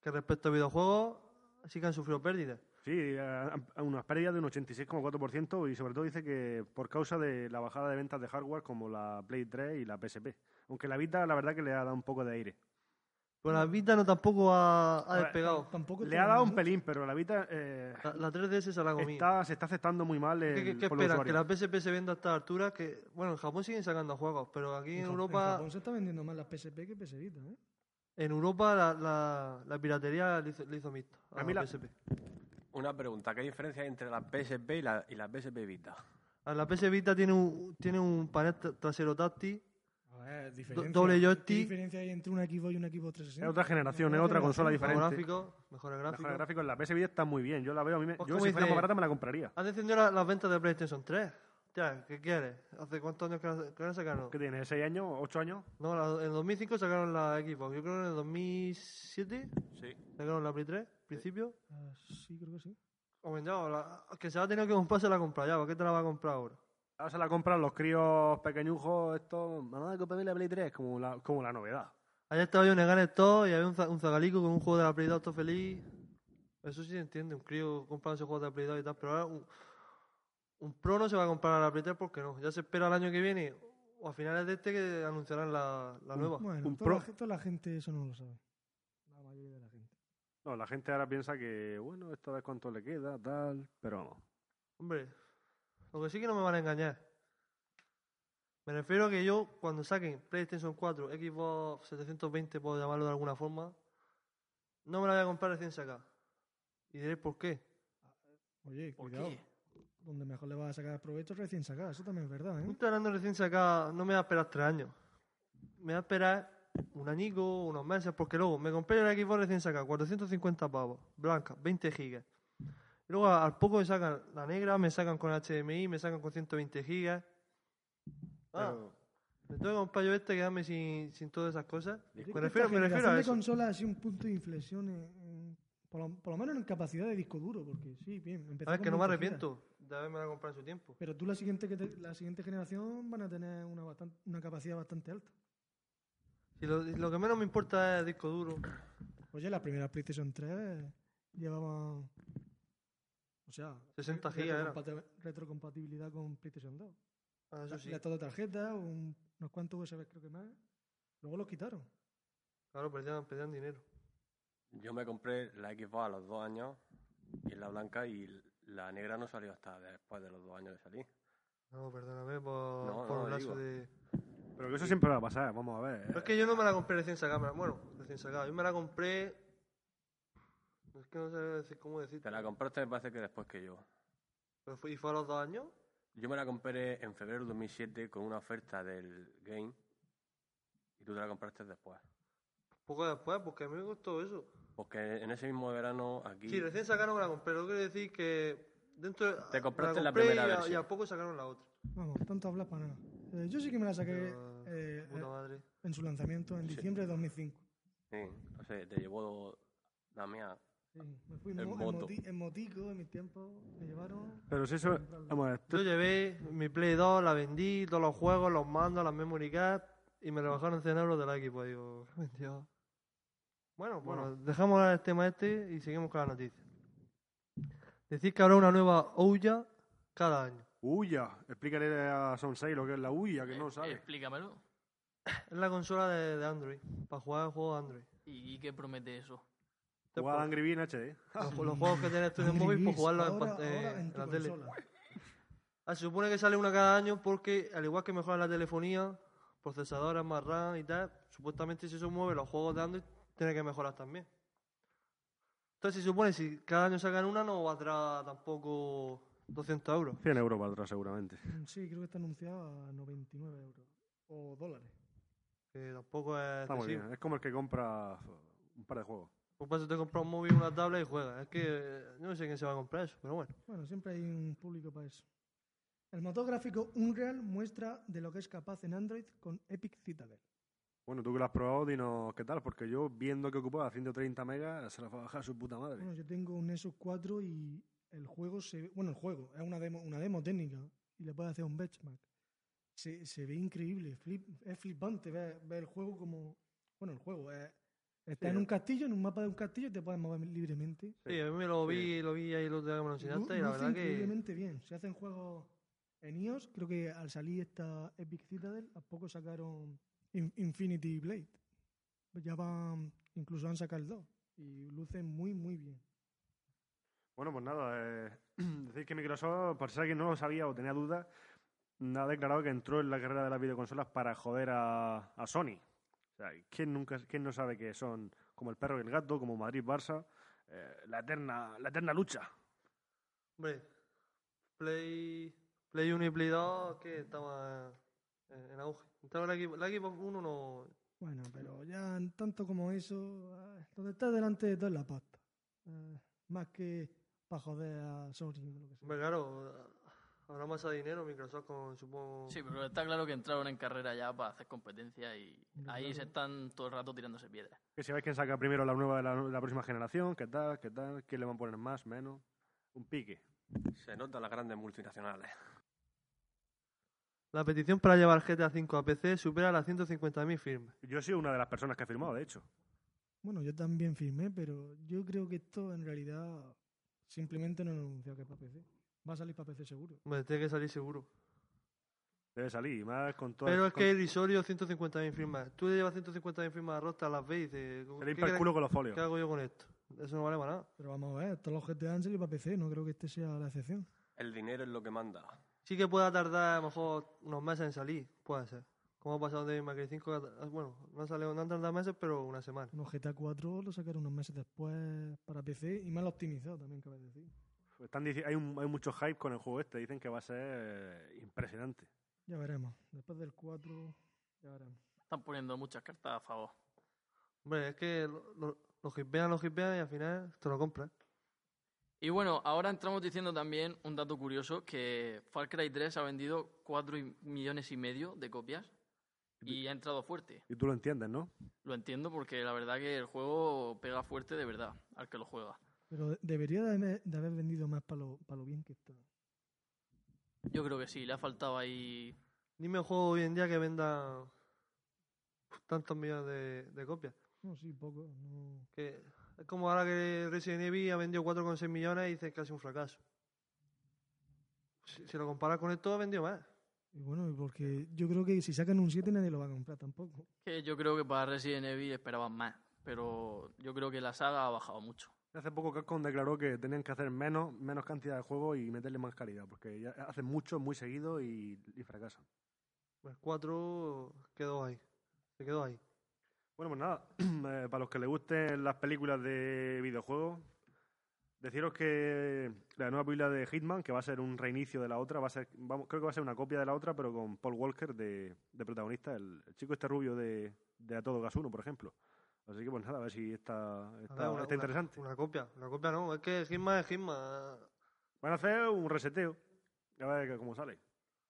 que respecto a videojuegos sí que han sufrido pérdidas. Sí, a, a unas pérdidas de un 86,4% y sobre todo dice que por causa de la bajada de ventas de hardware como la Play 3 y la PSP. Aunque la Vita la verdad que le ha dado un poco de aire. Pero Mm. la Vita no tampoco ha, ha ver, despegado. Tampoco Le tiene ha dado un mucho. pelín, pero la Vita eh, La, la 3DS se la ha comido. está, se está aceptando muy mal el, ¿Qué, qué, qué por los esperas? Que usuarios. la PSP se venda a estas alturas, que bueno, en Japón siguen sacando juegos, pero aquí en Ja- Europa, Japón se está vendiendo más las PSP que PS Vita, ¿eh? en Europa la, la, la piratería le hizo, le hizo mixto a, A mí la la- PSP. Una pregunta, ¿qué diferencia hay entre la PSP y la, y la PSP Vita? A La PS Vita tiene un, tiene un panel tra- trasero táctil A ver, diferencia. doble joystick. ¿Qué diferencia hay entre un Xbox y un Xbox 360? Es otra generación, es otra consola Mejor diferente. gráfico, mejor gráfico. Mejores gráficos, la PS Vita está muy bien. Yo la veo, a mí me- Pues yo como si fuera dice- más barata me la compraría. Han descendido la- las ventas de PlayStation 3. Ya, ¿qué quieres? ¿Hace cuántos años que la- que la sacaron? ¿Qué tiene? ¿6 años? ¿8 años? No, la- en 2005 sacaron la Xbox. Yo creo que en el 2007 Sí. sacaron la Play 3, principio. Ah, sí, creo que sí. Hombre, ya, la- que se la ha tenido que comprar, se la ha comprado ya. ¿Por qué te la va a comprar ahora? Ahora se la compran los críos pequeñujos, estos. Mamá, cómprame la Play 3, como la, como la novedad. Ayer estaba yo en el Ganes todo y había un, za- un zagalico con un juego de la Play 2 todo feliz. Eso sí se entiende, un crío comprándose juegos de la Play 2 y tal, pero ahora un, Un Pro no se va a comprar a la Playtech porque no. Ya se espera el año que viene o a finales de este que anunciarán la, la nueva. Bueno, un toda, la, pro- gen- toda la gente eso no lo sabe. La mayoría de la gente. No, la gente ahora piensa que, bueno, esta vez cuánto le queda, tal, pero vamos. Hombre, lo que sí que no me van a engañar. Me refiero a que yo, cuando saquen PlayStation 4, Xbox 720, puedo llamarlo de alguna forma, no me la voy a comprar recién sacada. Y diréis por qué. Oye, ¿Por cuidado. qué? Donde mejor le vas a sacar provecho es recién sacada. Eso también es verdad, Un ¿eh? ganando recién sacada no me va a esperar tres años. Me va a esperar un añico, unos meses, porque luego me compré el Xbox recién sacada, 450 pavos, blanca, 20 gigas. Y luego al poco me sacan la negra, me sacan con HDMI, me sacan con 120 gigas. Ah, Pero- me tengo que comprar yo este quedarme sin, sin todas esas cosas. Yo Me creo que refiero, esta me refiero generación a de eso. consolas ha sido un punto de inflexión, en- en- por, lo, por lo menos en capacidad de disco duro, porque sí, bien. empezó A ver, con que no me 20 gigas. arrepiento de haberme la comprado en su tiempo. Pero tú la siguiente, que te- la siguiente generación van a tener una, bastan- una capacidad bastante alta. Y lo, y lo que menos me importa es el disco duro. Oye, la primera PlayStation 3 llevaba... O sea... 60 gigas era. retrocompati- Retrocompatibilidad con PlayStation 2. Ah, eso sí. Le de tarjeta, un- unos cuantos USB creo que más. Luego los quitaron. Claro, perdían, perdían dinero. Yo me compré la Xbox a los dos años y la blanca y la negra no salió hasta después de los dos años de salir. No, perdóname por, No, por no, un lazo digo. de... Pero que eso siempre va a pasar, vamos a ver. ¿eh? Pero Pues- es que yo no me la compré recién sacada. me la- Bueno, recién sacada. Yo me la compré. Es que no sé decir- cómo decirte. Te la compraste me parece que después que yo. Pero fue- ¿Y fue a los dos años? Yo me la compré en febrero de 2007 con una oferta del game y tú te la compraste después. Poco después, porque a mí me gustó eso. Porque en ese mismo verano aquí... Sí, recién sacaron me la compré. Lo que quiere decir que. Dentro de- Te compraste me la compré primera y a, versión. y a poco sacaron la otra. Vamos, tanto hablar para nada. Eh, yo sí que me la saqué Pero, eh, puta eh, madre. en su lanzamiento en Sí. diciembre de 2005. Sí, no sé, te llevó la mía. Sí, me fui En mo- en, moto. moti- en motico en mis tiempos. Me llevaron. Pero si eso. Vamos a ver, tú- Yo llevé mi Play 2, la vendí, todos los juegos, los mandos, las memory cards. Y me rebajaron 100 euros del equipo. *laughs* Digo, mentira. Bueno, bueno, dejamos el tema este y seguimos con la noticia. Decir que habrá una nueva Ouya cada año. Huya. Explícale a Sonsei lo que es la huya, que no lo Eh, sabe. Explícamelo. Es la consola de, de Android, para jugar a juegos Android. ¿Y, y qué promete eso? Te Juega pon- a Angry Bee en HD. Los, los juegos que tienes tú en el Angry móvil, pues Birds, jugarlos en, ahora- pan- eh, ahora en en tu la tele. consola. Ah, se supone que sale una cada año porque, al igual que mejora la telefonía, procesadores, más RAM y tal, supuestamente si eso mueve los juegos de Android, tiene que mejorar también. Entonces, se supone si cada año sacan una, no valdrá tampoco 200 euros. 100 euros para atrás, seguramente. Mm, Sí, creo que está anunciado a 99 euros. O dólares. Que tampoco es Está muy excesivo. bien. ¿eh? Es como el que compra un par de juegos. Por eso te compras un móvil, una tablet y juegas. Es que eh, yo no sé quién se va a comprar eso, pero bueno. Bueno, siempre hay un público para eso. El motor gráfico Unreal muestra de lo que es capaz en Android con Epic Citadel. Bueno, tú que lo has probado, dinos qué tal, porque yo viendo que ocupaba 130 megas, se la va a bajar su puta madre. Bueno, yo tengo un Nexus 4 y el juego se ve- bueno, el juego es una demo, una demo técnica y le puedes hacer un benchmark. Se, se ve increíble, flip- es flipante ver, ver el juego como bueno, el juego es está en un castillo, en un mapa de un castillo y te puedes mover libremente. Sí, a mí me lo vi, lo vi ahí el otro día que me lo Lu- enseñaste y la luce verdad que... increíblemente bien. Se hacen juegos en iOS, creo que al salir esta Epic Citadel a poco sacaron In- Infinity Blade. Ya van incluso han sacado el 2 y lucen muy muy bien. Bueno, pues nada, eh, *clears throat* decir que Microsoft, por si alguien no lo sabía o tenía dudas, ha declarado que entró en la carrera de las videoconsolas para joder a, a Sony. O sea, ¿quién, nunca, ¿quién no sabe que son como el perro y el gato, como Madrid-Barça? eh, la, eterna, la eterna lucha. Hombre, Play, Play 1 y Play 2 que estaba en, en auge. Estaba la Xbox, la Xbox 1 no... Bueno, pero ya en tanto como eso, eh, donde está delante de todo es la pasta. Eh, más que para joder a Sony o lo que sea. Hombre, claro, habrá más a dinero Microsoft con, supongo... Sí, pero está claro que entraron en carrera ya para hacer competencia y Hombre, ahí claro. se están todo el rato tirándose piedras. Que si veis quién saca primero la nueva de la, la próxima generación, qué tal, qué tal, quién le van a poner más, menos. Un pique. Se notan las grandes multinacionales. La petición para llevar GTA 5 a PC supera las 150.000 firmas. Yo he sido una de las personas que ha firmado, de hecho. Bueno, yo también firmé, pero yo creo que esto en realidad simplemente no han anunciado que es para PC. Va a salir para PC seguro. Me tiene que salir seguro. Debe salir, y más Pues, con todo Pero el- es que el Isorio 150.000 firmas. Tú le llevas 150.000 firmas a Rosta, las veis. ¿Qué, con- Se limpia el culo con los folios. qué hago yo con esto? Eso no vale para nada. Pero vamos a ver, todos los GTA han salido para PC, no creo que este sea la excepción. El dinero es lo que manda. Sí que pueda tardar a lo mejor unos meses en salir, puede ser. Como ha pasado de Macri 5, que ha- bueno, no, ha salido, no han tardado meses, pero una semana. Unos GTA 4 lo sacaron unos meses después para PC y mal optimizado también, cabe decir. Están dici- hay, un- hay mucho hype con el juego este. Dicen que va a ser eh, impresionante. Ya veremos. Después del 4, ya veremos. Están poniendo muchas cartas a favor. Hombre, es que lo, lo, lo hipean, lo hipean y al final te lo compras. Y bueno, ahora entramos diciendo también un dato curioso, que Far Cry 3 ha vendido 4 millones y medio de copias y ha entrado fuerte. Y tú lo entiendes, ¿no? Lo entiendo porque la verdad que el juego pega fuerte de verdad al que lo juega. Pero de- debería de haber, de haber vendido más para lo, pa' lo bien que está. Yo creo que sí, le ha faltado ahí... Dime un juego hoy en día que venda tantos millones de, de copias. No, sí, poco. No. Que es como ahora que Resident Evil ha vendido 4,6 millones y dices que ha sido un fracaso. Si, si lo comparas con esto, ha vendido más. Y bueno, y porque yo creo que si sacan un 7 nadie lo va a comprar tampoco. Que yo creo que para Resident Evil esperaban más, pero yo creo que la saga ha bajado mucho. Hace poco Capcom declaró que tenían que hacer menos, menos cantidad de juegos y meterle más calidad, porque ya hacen mucho, muy seguido y, y fracasan. El 4 Pues quedó ahí. Se quedó ahí. Bueno, pues nada, *clears throat* eh, para los que les gusten las películas de videojuegos, deciros que la nueva película de Hitman, que va a ser un reinicio de la otra, va a ser, vamos, creo que va a ser una copia de la otra, pero con Paul Walker de, de protagonista, el, el chico este rubio de, de A Todo Gas 1, por ejemplo. Así que pues nada, a ver si está, A está, ver, Ah, una- está una- interesante. Una, copia, una copia no, es que Hitman es Hitman. Van a hacer un reseteo, a ver que- cómo sale.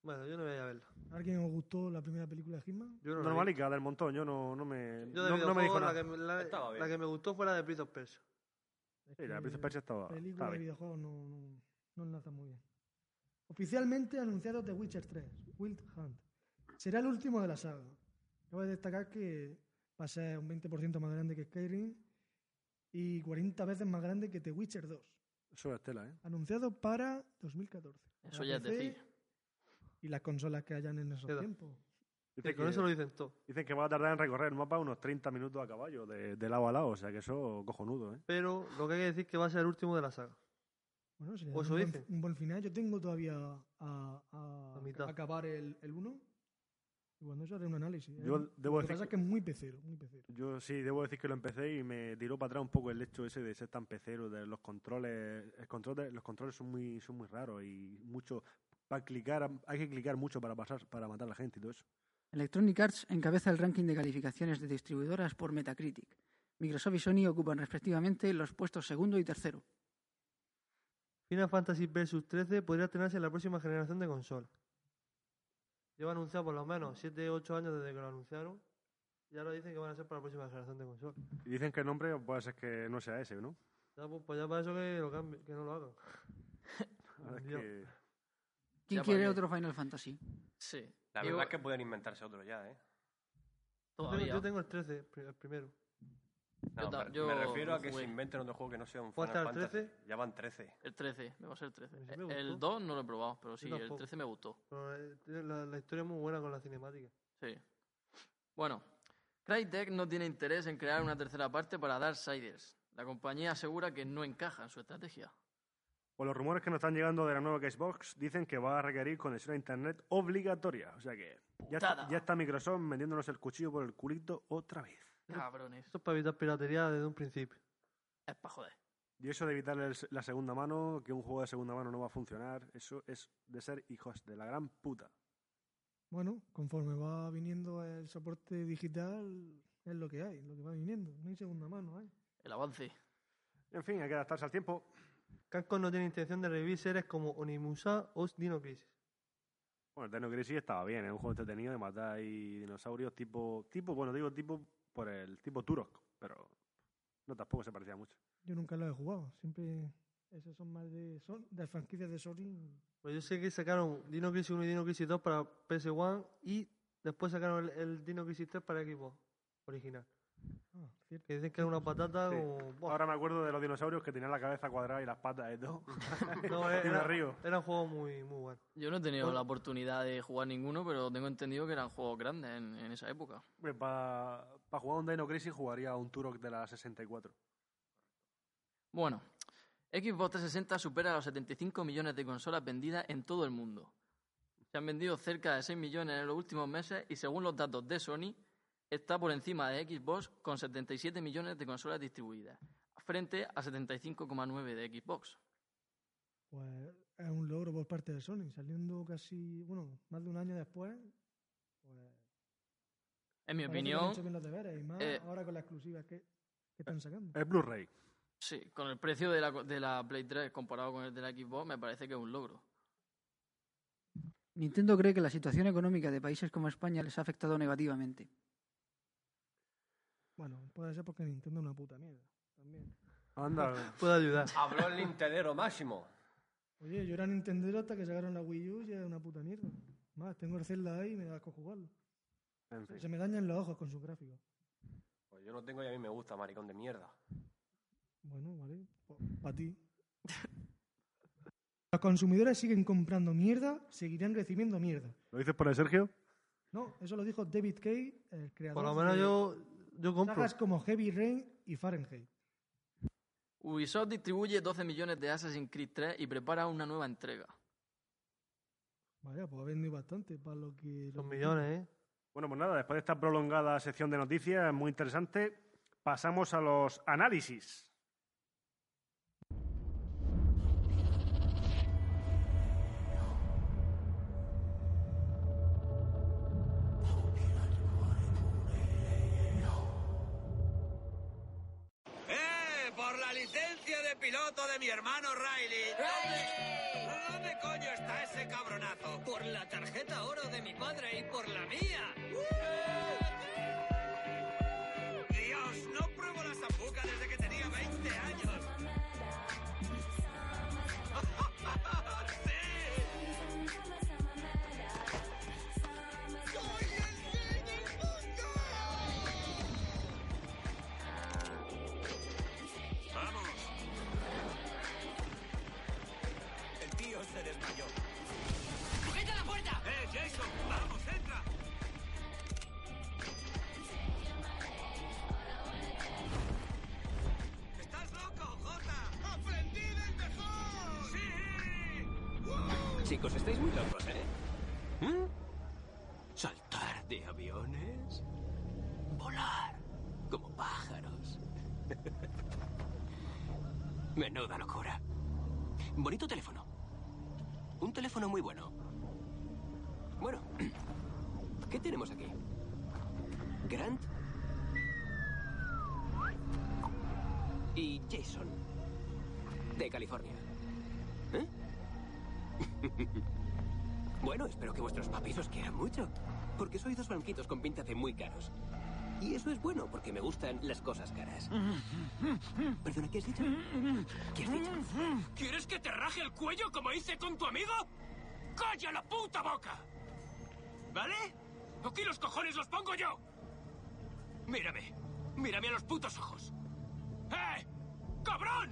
Bueno, yo no voy a verla. ¿A alguien os gustó la primera película de Hitman? Yo no la vi. Normalica del montón, yo no, no me, Yo de no, no me dijo videojuegos, la, nada. que, me- la, Estaba bien. la que me gustó fue la de Prince of Persia. Es Sí, la que Princesa Persia Ah, estaba, Película estaba de bien. videojuegos no, no, no enlaza muy bien. Oficialmente anunciado The Witcher 3, Wild Hunt. Será el último de la saga. Cabe destacar que va a ser un 20% más grande que Skyrim y 40 veces más grande que The Witcher 2. Eso es tela, ¿eh? Anunciado para 2014. Eso Para ya es PC decir. Y las consolas que hayan en esos Queda. tiempos. Dice Y con que- eso lo dicen todo. Dicen que va a tardar en recorrer el mapa unos 30 minutos a caballo, de, de lado a lado, o sea que eso cojonudo, ¿eh? Pero lo que hay que decir es que va a ser el último de la saga. Bueno, si le O dan eso un, Pues dice. buen, un buen final. Yo tengo todavía a, a- La mitad. a acabar el 1. y cuando eso haré un análisis. ¿eh? Yo debo Lo que decir pasa es que es muy pecero, muy pecero. Yo sí, debo decir que lo empecé y me tiró para atrás un poco el hecho ese de ser tan pecero, de los controles, el control de- los controles son muy, son muy raros y mucho para clicar, hay que clicar mucho para pasar, para matar a la gente y todo eso. Electronic Arts encabeza el ranking de calificaciones de distribuidoras por Metacritic. Microsoft y Sony ocupan respectivamente los puestos segundo y tercero. Final Fantasy Versus 13 podría tenerse en la próxima generación de consolas. Lleva anunciado por lo menos 7 8 años desde que lo anunciaron. Y ahora dicen que van a ser para la próxima generación de consolas. Y dicen que el nombre puede ser que no sea ese, ¿no? Ya, pues, pues ya para eso que, lo cambie- que no lo hagan. La verdad es Dios. que- ¿Quién Ya quiere para qué. otro Final Fantasy? Sí. La Yo- verdad es que pueden inventarse otro ya, ¿eh? Yo Todavía. tengo, yo tengo el 13, pri- el primero. Yo No, ta- me, yo me refiero a que jugué. se inventen otro juego que no sea un ¿Fue Final hasta el Fantasy. 13? Ya van 13. El 13, me va a ser el 13. A mí sí El, me gustó. 2 no lo he probado, pero sí, el tampoco. 13 me gustó. Pero eh, la, la historia es muy buena con la cinemática. Sí. Bueno, Crytek no tiene interés en crear una tercera parte para Darksiders. La compañía asegura que no encaja en su *laughs* estrategia. Pues los rumores que nos están llegando de la nueva Xbox dicen que va a requerir conexión a internet obligatoria, o sea que ya está, Putada. ya está Microsoft metiéndonos el cuchillo por el culito otra vez. Cabrones. Esto es para evitar piratería desde un principio. Es pa' joder. Y eso de evitar el se- la segunda mano, que un juego de segunda mano no va a funcionar, eso es de ser hijos de la gran puta. Bueno, conforme va viniendo el soporte digital, es lo que hay, lo que va viniendo. No hay segunda mano, ¿eh? El avance. En fin, hay que adaptarse al tiempo. Capcom no tiene intención de revivir series como Onimusa o Dino Crisis. Bueno, el Dino Crisis estaba bien, es un juego entretenido de matar ahí dinosaurios tipo, tipo, bueno, digo tipo por el tipo Turok, pero no tampoco se parecía mucho. Yo nunca lo he jugado. Siempre esos son más de, son de las franquicias de Sony. Pues yo sé que sacaron Dino Crisis 1 y Dino Crisis 2 para PS1 y después sacaron el, el Dino Crisis 3 para equipo original. Ah, cierto. Que dicen que es una patata Sí. como... Buah. Ahora me acuerdo de los dinosaurios que tenían la cabeza cuadrada y las patas de dos. No, *laughs* y me era, río. era un juego muy, muy bueno. Yo no he tenido la oportunidad de jugar ninguno, pero tengo entendido que eran juegos grandes en, en esa época. Para jugar un Dino Crisis jugaría a un Turok de la 64. Bueno, Xbox 360 supera los 75 millones de consolas vendidas en todo el mundo. Se han vendido cerca de 6 millones en los últimos meses y según los datos de Sony, está por encima de Xbox con 77 millones de consolas distribuidas, frente a 75,9 de Xbox. Pues es un logro por parte de Sony, saliendo casi, bueno, más de un año después. Pues, En mi parece que han opinión, hecho bien los deberes, y más eh, ahora con las exclusivas que, que están sacando. Es Blu-ray. sí, con el precio de la, co- de la Play 3 comparado con el de la Xbox, me parece que es un logro. Nintendo cree que la situación económica de países como España les ha afectado negativamente. Bueno, puede ser porque Nintendo es una puta mierda. También. Anda. Puede ayudar. Habló el Nintendero máximo. Oye, yo era Nintendero hasta que sacaron la Wii U y es una puta mierda. Más, tengo el Zelda ahí y me da asco jugarlo. en fin. Se me dañan los ojos con sus gráficos. Pues yo no tengo y a mí me gusta, maricón de mierda. Bueno, vale, *laughs* para ti. Los consumidores siguen comprando mierda, seguirán recibiendo mierda. ¿Lo dices por el Sergio? No, eso lo dijo David Kay, el creador Por lo de menos yo, yo compro. sagas como Heavy Rain y Fahrenheit. Ubisoft distribuye 12 millones de Assassin's Creed 3 y prepara una nueva entrega. Vaya, pues ha vendido bastante para lo que... Los millones, ¿eh? Bueno, pues nada, después de esta prolongada sección de noticias muy interesante, pasamos a los análisis. ¡Eh! ¡Por la licencia de piloto de mi hermano Riley! ¿Dónde, ¿Dónde coño está ese cabronazo? Por la tarjeta oro de mi padre y por la mía. Dios, no pruebo la zambuca desde que tenía 20 años. *laughs* ¡Sí! ¡Soy el rey del mundo! ¡Vamos! El tío se desmayó. ¡Sujeta la puerta! ¡Eh, Jason! ¡Vamos, entra! ¡Estás loco, Jota! ¡Aprendí del mejor! ¡Sí! Chicos, estáis muy locos, ¿eh? ¿Mm? ¿Saltar de aviones? ¿Volar? Como pájaros. Menuda locura. Bonito teléfono. Un teléfono muy bueno. Bueno, *clears throat* ¿qué tenemos aquí? Grant. Y Jason. De California. ¿Eh? *laughs* Bueno, espero que vuestros papis os quieran mucho. Porque soy dos banquitos con pinta de muy caros. Y eso es bueno porque me gustan las cosas caras. Perdona, ¿qué has dicho? ¿Qué has dicho? ¿Quieres que te raje el cuello como hice con tu amigo? ¡Calla la puta boca! ¿Vale? Aquí los cojones los pongo yo. Mírame. Mírame a los putos ojos. ¡Eh! ¡Cabrón!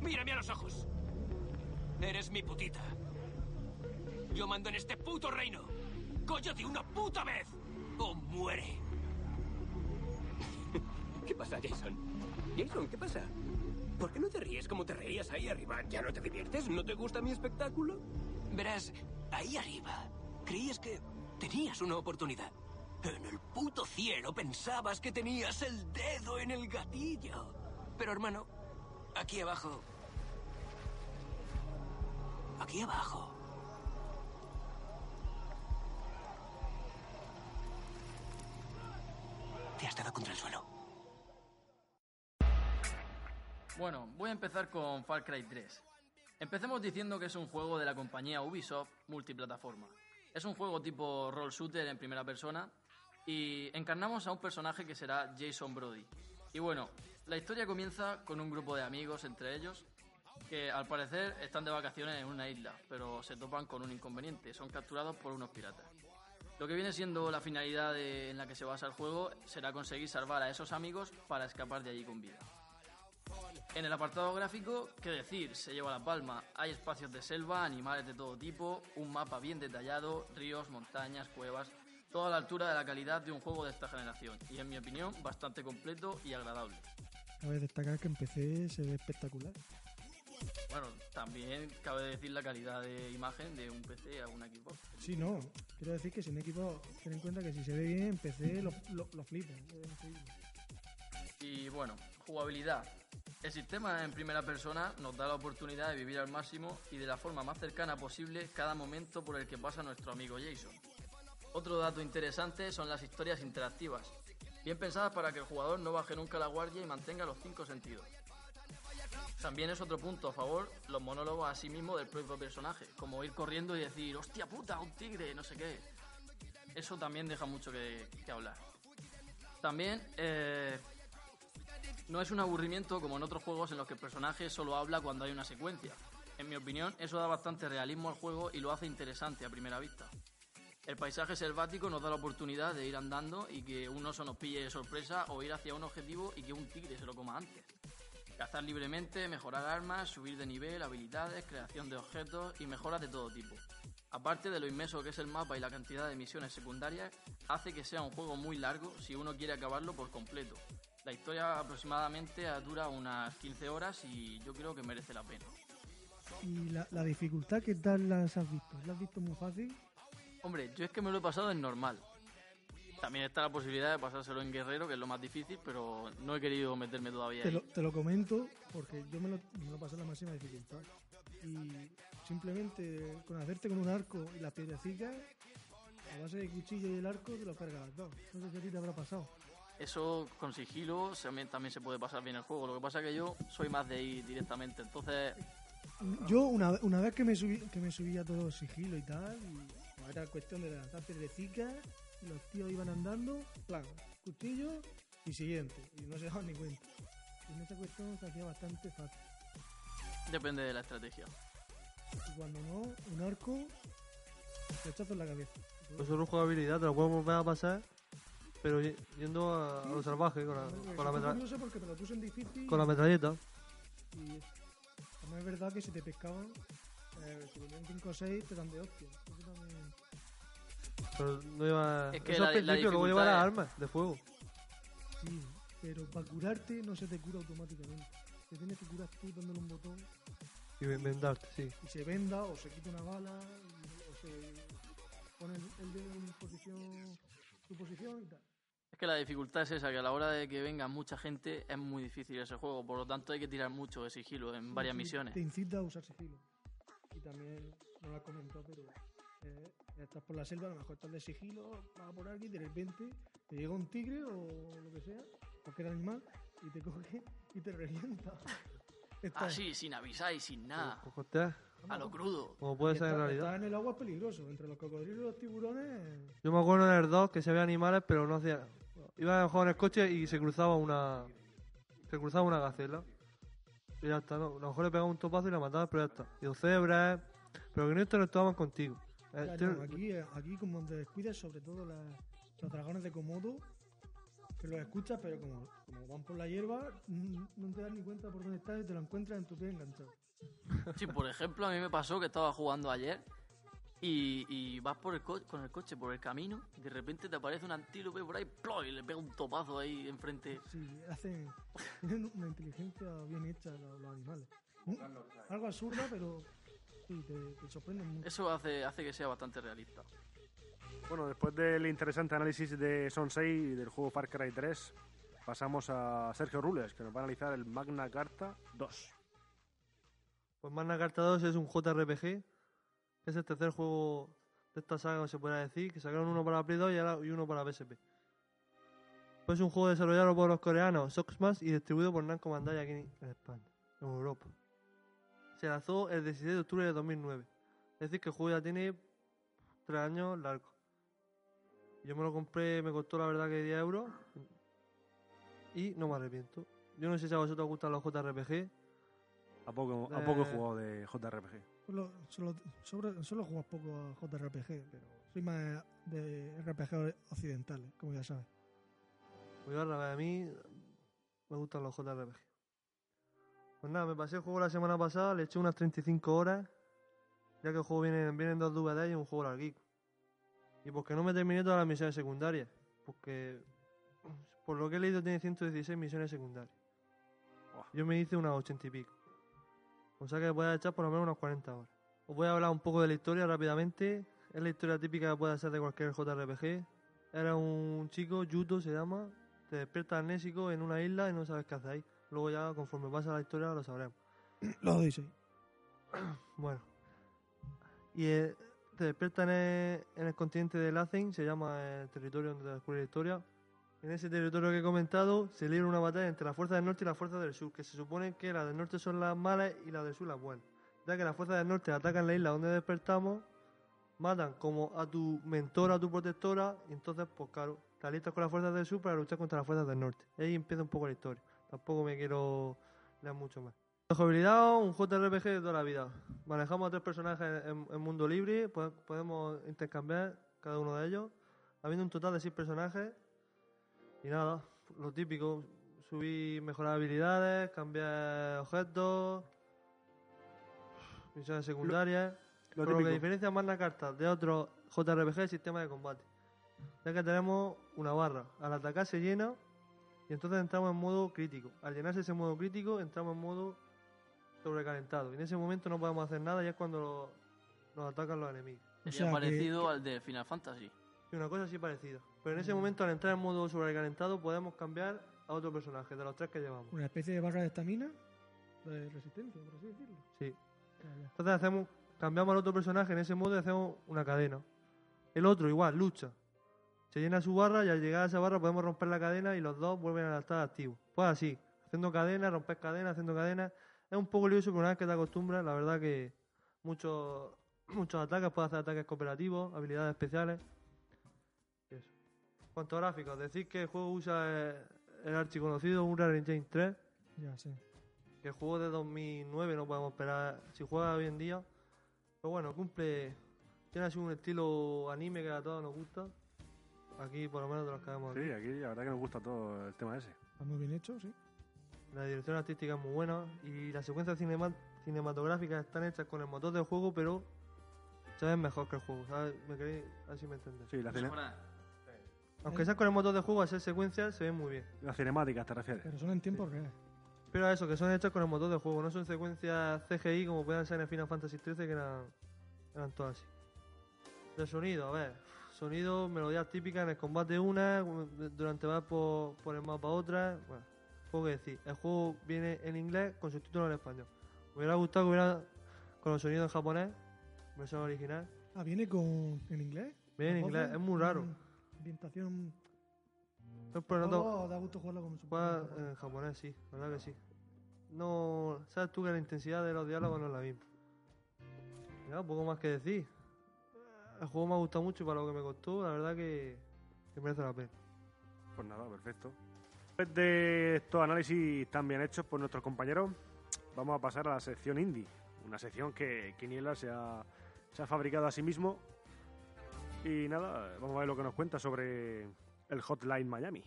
Mírame a los ojos. Eres mi putita. Yo mando en este puto reino. ¡Coño de una puta vez! ¡O muere! ¿Qué pasa, Jason? Jason, ¿qué pasa? ¿Por qué no te ríes como te reías ahí arriba? ¿Ya no te diviertes? ¿No te gusta mi espectáculo? Verás, ahí arriba, creías que tenías una oportunidad. En el puto cielo pensabas que tenías el dedo en el gatillo. Pero hermano, aquí abajo... Aquí abajo. Te has dado contra el suelo. Bueno, voy a empezar con Far Cry 3. Empecemos diciendo que es un juego de la compañía Ubisoft multiplataforma. Es un juego tipo roll shooter en primera persona y encarnamos a un personaje que será Jason Brody. Y bueno, la historia comienza con un grupo de amigos entre ellos que al parecer están de vacaciones en una isla, pero se topan con un inconveniente, son capturados por unos piratas. Lo que viene siendo la finalidad de- en la que se basa el juego será conseguir salvar a esos amigos para escapar de allí con vida. En el apartado gráfico, qué decir, se lleva la palma. Hay espacios de selva, animales de todo tipo, un mapa bien detallado, ríos, montañas, cuevas, toda a la altura de la calidad de un juego de esta generación y en mi opinión bastante completo y agradable. Cabe destacar que empecé, se ve espectacular. Bueno, también cabe decir la calidad de imagen de un PC a un Xbox. Sí, no. Quiero decir que si un equipo, ten en cuenta que si se ve bien, empecé, lo, lo, lo flipa. Es increíble. Y bueno, jugabilidad. El sistema en primera persona nos da la oportunidad de vivir al máximo y de la forma más cercana posible cada momento por el que pasa nuestro amigo Jason. Otro dato interesante son las historias interactivas, bien pensadas para que el jugador no baje nunca la guardia y mantenga los cinco sentidos. También es otro punto a favor los monólogos a sí mismo del propio personaje, como ir corriendo y decir, hostia puta, un tigre, no sé qué. Eso también deja mucho que, que hablar. También eh, no es un aburrimiento como en otros juegos en los que el personaje solo habla cuando hay una secuencia. En mi opinión, eso da bastante realismo al juego y lo hace interesante a primera vista. El paisaje selvático nos da la oportunidad de ir andando y que un oso nos pille de sorpresa o ir hacia un objetivo y que un tigre se lo coma antes. Cazar libremente, mejorar armas, subir de nivel, habilidades, creación de objetos y mejoras de todo tipo. Aparte de lo inmenso que es el mapa y la cantidad de misiones secundarias, hace que sea un juego muy largo si uno quiere acabarlo por completo. La historia aproximadamente dura unas 15 horas y yo creo que merece la pena. Y la, la dificultad, ¿qué tal las has visto? ¿Las has visto muy fácil? Hombre, yo es que me lo he pasado en normal. También está la posibilidad de pasárselo en guerrero, que es lo más difícil, pero no he querido meterme todavía Te ahí. lo, te lo comento porque yo me lo, me lo pasé en la máxima dificultad. Y simplemente con hacerte con un arco y las piedrecillas, a base de cuchillo y el arco, te lo cargas las dos. No sé si a ti te habrá pasado. Eso con sigilo se- también se puede pasar bien el juego. Lo que pasa es que yo soy más de ir directamente, entonces Yo, una, ve- una vez que me subí que me subí a todo sigilo y tal, y era cuestión de lanzar piedrecicas, y los tíos iban andando, plan, cuchillo y siguiente, y no se daban ni cuenta. Y en esa cuestión se hacía bastante fácil. depende de la estrategia. Y cuando no, un arco, rechazo en la cabeza. Pues solo jugabilidad, te lo podemos ver a pasar, pero ye- yendo a, a lo salvaje con la, Ah, con la, metra- No sé porque me lo puse en difícil. con la metralleta. Y también es verdad que si te pescaban, eh, si tenían 5 o 6, te dan de hostias. Eso también- Pero no lleva. Es que eso la- al la principio, luego lleva dificultad las es- armas de fuego. Sí, pero para curarte no se te cura automáticamente. Te tienes que curar tú dándole un botón Y inventarte, sí. y se venda o se quita una bala y- o se pone el, el dedo en posición, su posición y tal. Es que la dificultad es esa, que a la hora de que venga mucha gente es muy difícil ese juego, por lo tanto hay que tirar mucho de sigilo en varias Sí, misiones. Ah, Te incita a usar sigilo. Y también, no lo has comentado, pero eh, estás por la selva, a lo mejor estás de sigilo, vas por aquí y de repente te llega un tigre o lo que sea, cualquier animal, y te coge y te revienta. Ah, Está- Así, sin avisar y sin nada, Como está- a lo crudo. como puede ser en Estar- realidad. estar en el agua es peligroso, entre los cocodrilos y los tiburones. Yo me acuerdo en el 2 que se veían animales, pero no hacía. Iba a jugar en el coche y se cruzaba una. Se cruzaba una gacela. Y ya está, ¿no? A lo mejor le pegaba un topazo y la mataba, pero ya está. Y los cebras. eh. Pero que en esto no estaban contigo. Eh, Ya, tiene- no, aquí, aquí como te descuidas, sobre todo la- los dragones de Komodo, que los escuchas, pero como, como van por la hierba, n- no te das ni cuenta por dónde estás y te lo encuentras en tu pie enganchado. Sí, por ejemplo, a mí me pasó que estaba jugando ayer y, y vas por el co- con el coche por el camino y de repente te aparece un antílope por ahí ¡plo! y le pega un topazo ahí enfrente. Sí, hacen, tienen una inteligencia bien hecha los, los animales. Un- algo absurda, pero sí, te, te sorprenden mucho. Eso hace, hace que sea bastante realista. Bueno, después del interesante análisis de Sonsei y del juego Far Cry 3, pasamos a Sergio Rules, que nos va a analizar el Magna Carta 2. Pues Magna Carta 2 es un JRPG. que Es el tercer juego de esta saga, se puede decir. Que sacaron uno para Play 2 y, ahora- y uno para PSP. Pues es un juego desarrollado por los coreanos Soxmas y distribuido por Namco Bandai aquí en España, en Europa. Se lanzó el 16 de octubre de 2009. Es decir, que el juego ya tiene 3 años largo. Yo me lo compré, me costó la verdad que 10 euros. Y no me arrepiento. Yo no sé si a vosotros os gustan los JRPG. A poco, a poco he Eh. jugado de JRPG. Solo, solo, sobre- solo juegas poco a JRPG, pero sí Soy más de RPG occidentales, como ya sabes. Pues yo al revés, a mí me gustan los JRPG. Pues nada, me pasé el juego la semana pasada, le eché unas 35 horas, ya que el juego viene, viene en dos DVDs y es un juego larguico. Y porque no me terminé todas las misiones secundarias, porque por lo que he leído tiene 116 misiones secundarias. Yo me hice unas 80 y pico. O sea que voy a echar por lo menos unas 40 horas. Os voy a hablar un poco de la historia rápidamente. Es la historia típica que puede ser de cualquier JRPG. Era un chico, Yuto se llama, te despiertas amnésico en una isla y no sabes qué haces ahí. Luego ya conforme pasa la historia lo sabremos. Lo dice. Bueno. Y eh, te despiertan en, en el continente de Lazen, se llama el territorio donde te descubre la historia. En ese territorio que he comentado se libra una batalla entre las fuerzas del norte y las fuerzas del sur, que se supone que las del norte son las malas y las del sur las buenas. Ya que las fuerzas del norte atacan la isla donde despertamos, matan como a tu mentora, a tu protectora, y entonces, pues claro, te alistas con las fuerzas del sur para luchar contra las fuerzas del norte. Y ahí empieza un poco la historia. Tampoco me quiero leer mucho más. Jugabilidad, un JRPG de toda la vida. Manejamos a tres personajes en, en mundo libre, po- podemos intercambiar cada uno de ellos. Habiendo un total de seis personajes. Y nada, lo típico, subir, mejorar habilidades, cambiar objetos, misiones secundarias. lo Pero lo que típico. diferencia más la carta de otros JRPG es el sistema de combate. Ya que tenemos una barra. Al atacar se llena y entonces entramos en modo crítico. Al llenarse ese modo crítico, entramos en modo sobrecalentado. Y en ese momento no podemos hacer nada y es cuando lo- nos atacan los enemigos. Sería sea que- parecido al de Final Fantasy. Y una cosa así parecida. Pero en ese momento, al entrar en modo sobrecalentado, podemos cambiar a otro personaje de los tres que llevamos. Una especie de barra de estamina, de resistencia, por así decirlo. Sí. Ya, ya. Entonces hacemos, cambiamos al otro personaje en ese modo y hacemos una cadena. El otro igual, lucha. Se llena su barra y al llegar a esa barra podemos romper la cadena y los dos vuelven a estar activos. Pues así, haciendo cadena, romper cadena, haciendo cadena. Es un poco lioso, pero una vez que te acostumbras, la verdad que muchos *clears throat* muchos ataques, puedes hacer ataques cooperativos, habilidades especiales. Y eso. Cuanto a gráficos, decir que el juego usa eh, el archiconocido Unreal Engine 3 Ya, sí. que el juego de 2009 no podemos esperar si juega hoy en día pero bueno cumple tiene así un estilo anime que a todos nos gusta aquí por lo menos de los que vemos aquí. Sí, aquí la verdad que nos gusta todo el tema ese. Está muy bien hecho, sí. la dirección artística es muy buena y las secuencias cinema- cinematográficas están hechas con el motor del juego pero se ven mejor que el juego ¿sabes? me queréis así me entendéis Sí, la, cine- aunque sean con el motor del juego hacer secuencias se ven muy bien la cinemática te refieres. Pero son en tiempo real. pero a eso que son hechas con el motor del juego no son secuencias CGI como puedan ser en Final Fantasy XIII que eran eran todas así. De sonido, a ver. Sonido, melodías típicas en el combate una, durante vas por, por el mapa otra. Bueno, poco que decir. El juego viene en inglés con subtítulos en español. Me hubiera gustado que hubiera con los sonidos en japonés, versión original. Ah, viene con en inglés. Viene en Con inglés, voces, es muy raro. con Ambientación. No, pero no to- Oh, da gusto jugarlo como su juega en japonés, sí, la verdad que sí. No, sabes tú que la intensidad de los diálogos no es la misma. Y Nada, poco más que decir. El juego me ha gustado mucho y para lo que me costó, la verdad que, que merece la pena. Pues nada, perfecto. Después de estos análisis tan bien hechos por nuestros compañeros, vamos a pasar a la sección indie. Una sección que Quiniela se ha, se ha fabricado a sí mismo. Y nada, vamos a ver lo que nos cuenta sobre el Hotline Miami.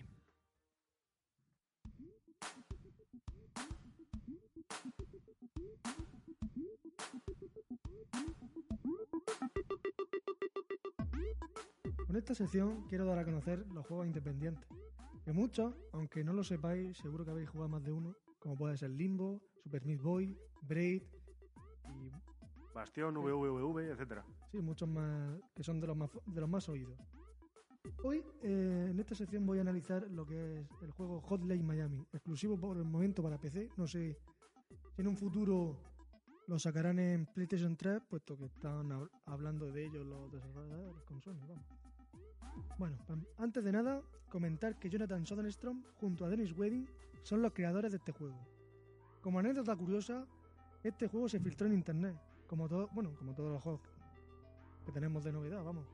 eh. Con esta sección quiero dar a conocer los juegos independientes, que muchos, aunque no lo sepáis, seguro que habéis jugado más de uno, como puede ser Limbo, Super Meat Boy, Braid y Bastión, VVV, etcétera. sí, muchos más que son de los más, de los más oídos. Hoy eh, en esta sección voy a analizar lo que es el juego Hotline Miami, exclusivo por el momento para PC. No sé si en un futuro lo sacarán en PlayStation 3, puesto que están hab- hablando de ello los desarrolladores con Sony. Vamos. Bueno, pam, antes de nada, comentar que Jonathan Soderstrom junto a Dennis Wedding son los creadores de este juego. Como anécdota curiosa, este juego se filtró en internet, como todo, bueno, como todos los juegos que tenemos de novedad, vamos.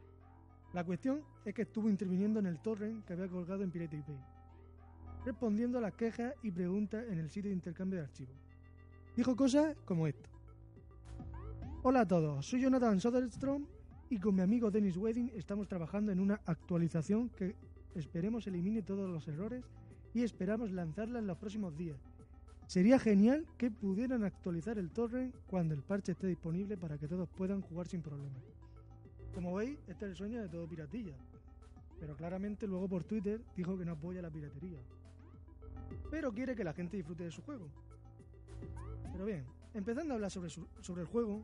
La cuestión es que estuvo interviniendo en el torrent que había colgado en Pirate Bay, respondiendo a las quejas y preguntas en el sitio de intercambio de archivos. Dijo cosas como esto. Hola a todos, soy Jonathan Soderstrom y con mi amigo Dennis Wedding estamos trabajando en una actualización que esperemos elimine todos los errores y esperamos lanzarla en los próximos días. Sería genial que pudieran actualizar el torrent cuando el parche esté disponible para que todos puedan jugar sin problemas. Como veis, este es el sueño de todo piratilla, pero claramente luego por Twitter dijo que no apoya la piratería, pero quiere que la gente disfrute de su juego. Pero bien, empezando a hablar sobre, su- sobre el juego,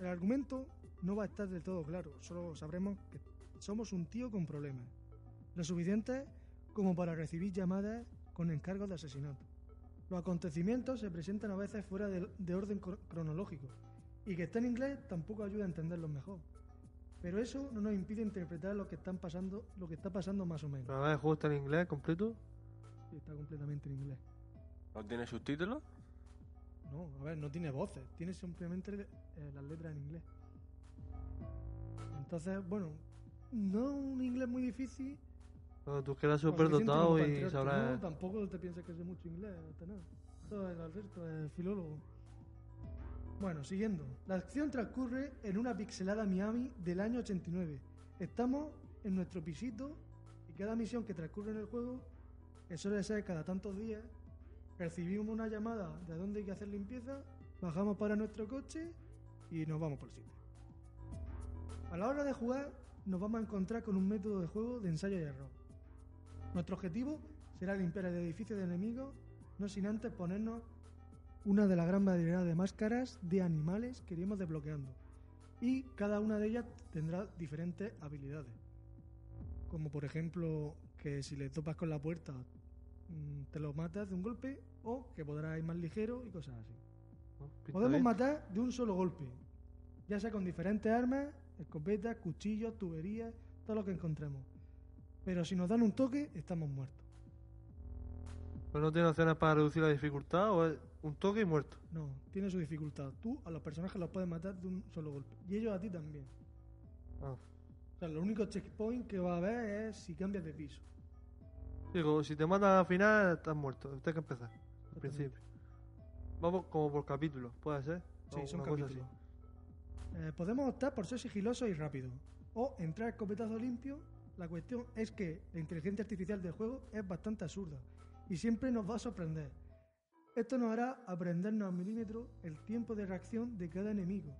el argumento no va a estar del todo claro, solo sabremos que somos un tío con problemas, lo suficiente como para recibir llamadas con encargos de asesinato. Los acontecimientos se presentan a veces fuera de, de orden cro- cronológico, y que esté en inglés tampoco ayuda a entenderlos mejor. Pero eso no nos impide interpretar lo que, están pasando, lo que está pasando más o menos. Pero a ver, el juego está en inglés completo. Sí, Está completamente en inglés. ¿No tiene subtítulos? No, a ver, no tiene voces, tiene simplemente eh, las letras en inglés. Entonces, bueno, no un inglés muy difícil. Cuando tú quedas súper cuando te sientas dotado como para y tirarte. sabrás. No, tampoco te pienses que es de mucho inglés, hasta nada. Todo el Alberto es filólogo. Bueno, siguiendo. La acción transcurre en una pixelada Miami del año 89. Estamos en nuestro pisito y cada misión que transcurre en el juego, que suele ser cada tantos días, recibimos una llamada de a dónde hay que hacer limpieza, bajamos para nuestro coche y nos vamos por el sitio. A la hora de jugar, nos vamos a encontrar con un método de juego de ensayo y error. Nuestro objetivo será limpiar el edificio de enemigos, no sin antes ponernos una de la gran variedad de máscaras de animales que iremos desbloqueando. Y cada una de ellas tendrá diferentes habilidades. Como por ejemplo que si le topas con la puerta mm, te lo matas de un golpe o que podrás ir más ligero y cosas así. ¿no? Pinta Podemos bien. matar de un solo golpe, ya sea con diferentes armas, escopetas, cuchillos, tuberías, todo lo que encontremos. Pero si nos dan un toque, estamos muertos. Pero no tiene opciones para reducir la dificultad o es un toque y muerto. No, tiene su dificultad. Tú a los personajes los puedes matar de un solo golpe. Y ellos a ti también. Ah. O sea, lo único checkpoint que va a haber es si cambias de piso. Digo, si te matan al final, estás muerto. Tienes que empezar. Al principio. Vamos como por capítulos, puede ser. Sí, O son una cosa capítulos. Eh, podemos optar por ser sigilosos y rápidos. O entrar a escopetazo limpio. La cuestión es que la inteligencia artificial del juego es bastante absurda. Y siempre nos va a sorprender. Esto nos hará aprendernos al milímetro el tiempo de reacción de cada enemigo.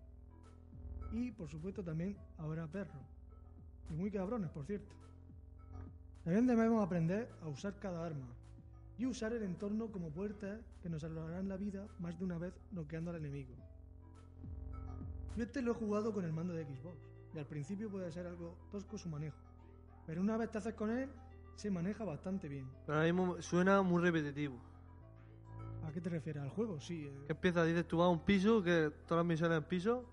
Y por supuesto también habrá perros. Y muy cabrones, por cierto. También debemos aprender a usar cada arma. Y usar el entorno como puertas que nos salvarán la vida más de una vez noqueando al enemigo. Yo este lo he jugado con el mando de Xbox, y al principio puede ser algo tosco su manejo, pero una vez te haces con él, se maneja bastante bien. Pero ahora mismo suena muy repetitivo. ¿A qué te refieres? ¿Al juego? Sí. eh, Que empieza, dices tú vas a un piso, que todas las misiones en piso,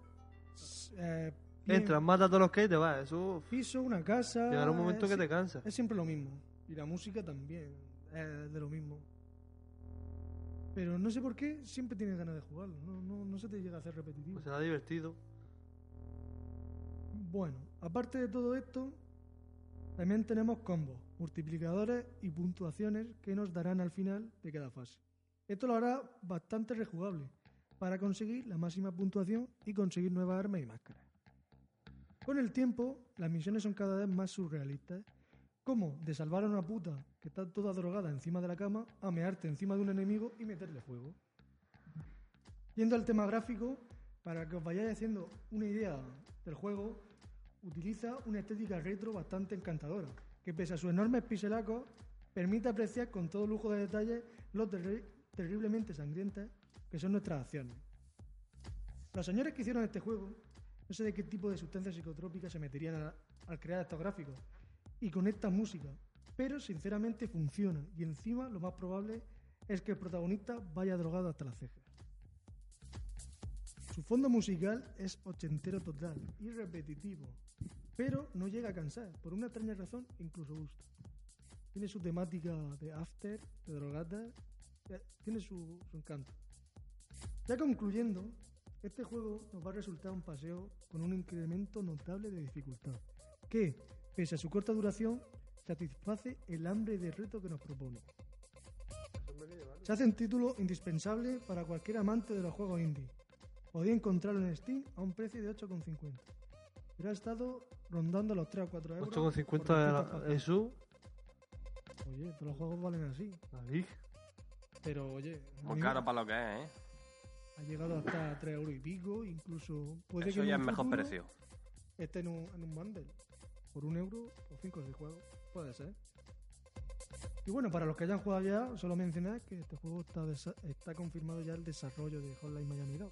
s- eh, bien, entras, matas a todos los que hay y te vas. Eso Piso, una casa... llegará un momento es que si- te cansa. Es siempre lo mismo, y la música también es de lo mismo. Pero no sé por qué siempre tienes ganas de jugarlo, no, no, no se te llega a hacer repetitivo. Pues será divertido. Bueno, aparte de todo esto, también tenemos combos, multiplicadores y puntuaciones que nos darán al final de cada fase. Esto lo hará bastante rejugable para conseguir la máxima puntuación y conseguir nuevas armas y máscaras. Con el tiempo, las misiones son cada vez más surrealistas, como de salvar a una puta que está toda drogada encima de la cama a mearte encima de un enemigo y meterle fuego. Yendo al tema gráfico, para que os vayáis haciendo una idea del juego, utiliza una estética retro bastante encantadora, que pese a sus enormes piselacos, permite apreciar con todo lujo de detalle lo terri- terriblemente sangrientas que son nuestras acciones. Los señores que hicieron este juego, no sé de qué tipo de sustancias psicotrópicas se meterían a- al crear estos gráficos y con esta música, pero sinceramente funciona y encima lo más probable es que el protagonista vaya drogado hasta las cejas. Su fondo musical es ochentero total y repetitivo, pero no llega a cansar, por una extraña razón incluso gusta. Tiene su temática de after, de drogata, eh, tiene su, su encanto. Ya concluyendo, este juego nos va a resultar un paseo con un incremento notable de dificultad, que, pese a su corta duración, satisface el hambre de reto que nos propone. Se hace un título indispensable para cualquier amante de los juegos indie. Podía encontrarlo en Steam a un precio de 8,50. Pero ha estado rondando los 3 o 4 euros. 8,50 por de distintas la- fases. el sub. Oye, todos los juegos valen así. Ahí. Pero oye, a Muy mí caro para lo que es, ¿eh? ha llegado hasta 3 euros y pico. Incluso Pues puede que Eso en ya es un mejor futuro precio. Esté en un, en un bundle. Por un euro o 5 o 6 juegos. Puede ser. Y bueno, para los que hayan jugado ya, solo mencionar que este juego está, desa- está confirmado ya el desarrollo de Hotline Miami 2.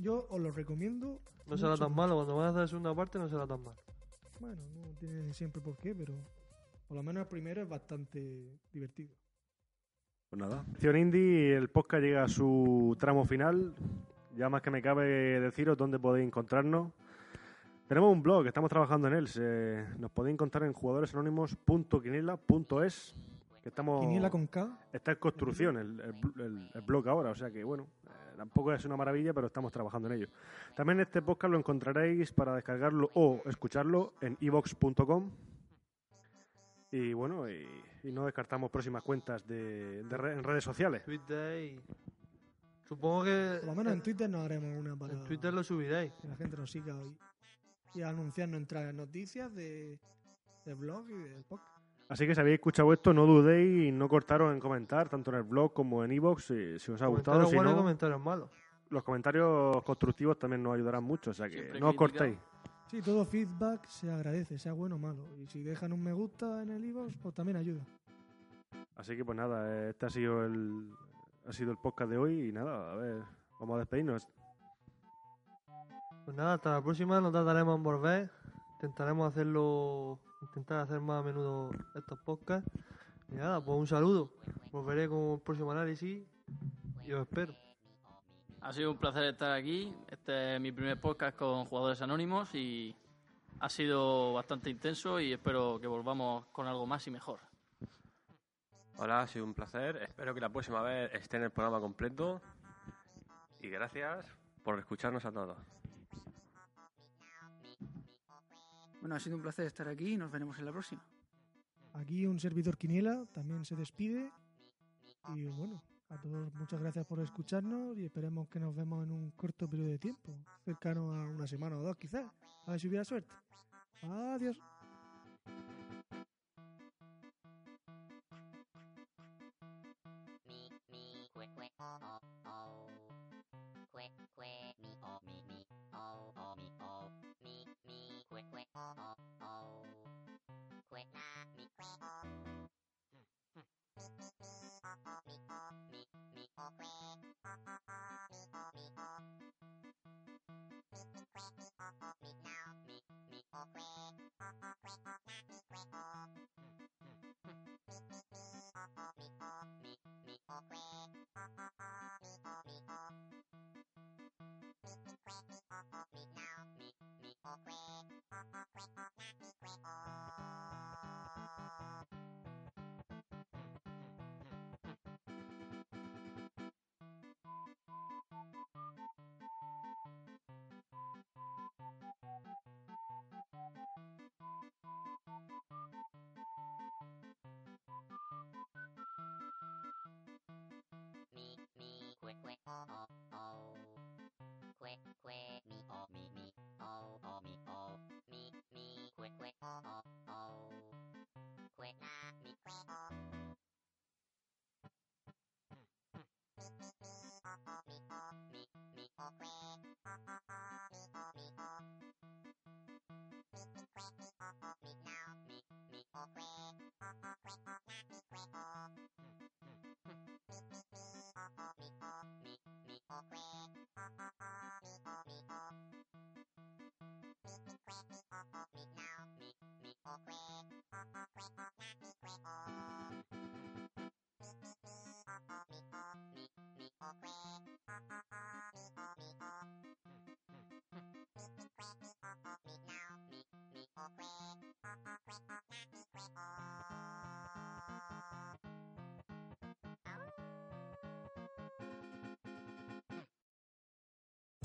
Yo os lo recomiendo. No será mucho, tan malo. Cuando van a hacer la segunda parte, no será tan malo. Bueno, no tiene siempre por qué, pero por lo menos el primero es bastante divertido. Pues nada. Sección Indie, el podcast llega a su tramo final. Ya más que me cabe deciros dónde podéis encontrarnos. Tenemos un blog, estamos trabajando en él. Se- nos podéis encontrar en jugadoresanónimos.quiniela.es. Que Oh. estamos, Quiniela con K. está en construcción el, el bl- el- el blog ahora, o sea que bueno, eh, tampoco es una maravilla, pero estamos trabajando en ello. También este podcast lo encontraréis para descargarlo o escucharlo en evox.com. Y bueno, y, y no descartamos próximas cuentas de- de re- en redes sociales. Twitter. Supongo que. Por lo menos en Twitter nos haremos una para en Twitter lo subiréis. que la gente nos siga hoy. Y anunciarnos entre noticias de, de blog y del podcast. Así que si habéis escuchado esto, no dudéis y no cortaros en comentar, tanto en el blog como en iVoox, si, si os ha gustado. Comentarios Si buenos y no, comentarios malos. los comentarios constructivos también nos ayudarán mucho, o sea que Siempre no os crítica. cortéis. Sí, todo feedback se agradece, sea bueno o malo. Y si dejan un me gusta en el iVoox, pues también ayuda. Así que pues nada, eh, este ha sido el ha sido el podcast de hoy y nada, a ver, vamos a despedirnos. Pues nada, hasta la próxima. Nos trataremos en volver. Intentaremos hacerlo. Intentar hacer más a menudo estos podcasts. Y nada, pues un saludo. Volveré con el próximo análisis. Y os espero. Ha sido un placer estar aquí. Este es mi primer podcast con jugadores anónimos y ha sido bastante intenso y espero que volvamos con algo más y mejor. Hola, ha sido un placer. Espero que la próxima vez esté en el programa completo. Y gracias por escucharnos a todos. Bueno, ha sido un placer estar aquí y nos veremos en la próxima. Aquí un servidor Quiniela también se despide. Y bueno, a todos muchas gracias por escucharnos y esperemos que nos vemos en un corto periodo de tiempo, cercano a una semana o dos quizás. A ver si hubiera suerte. Adiós.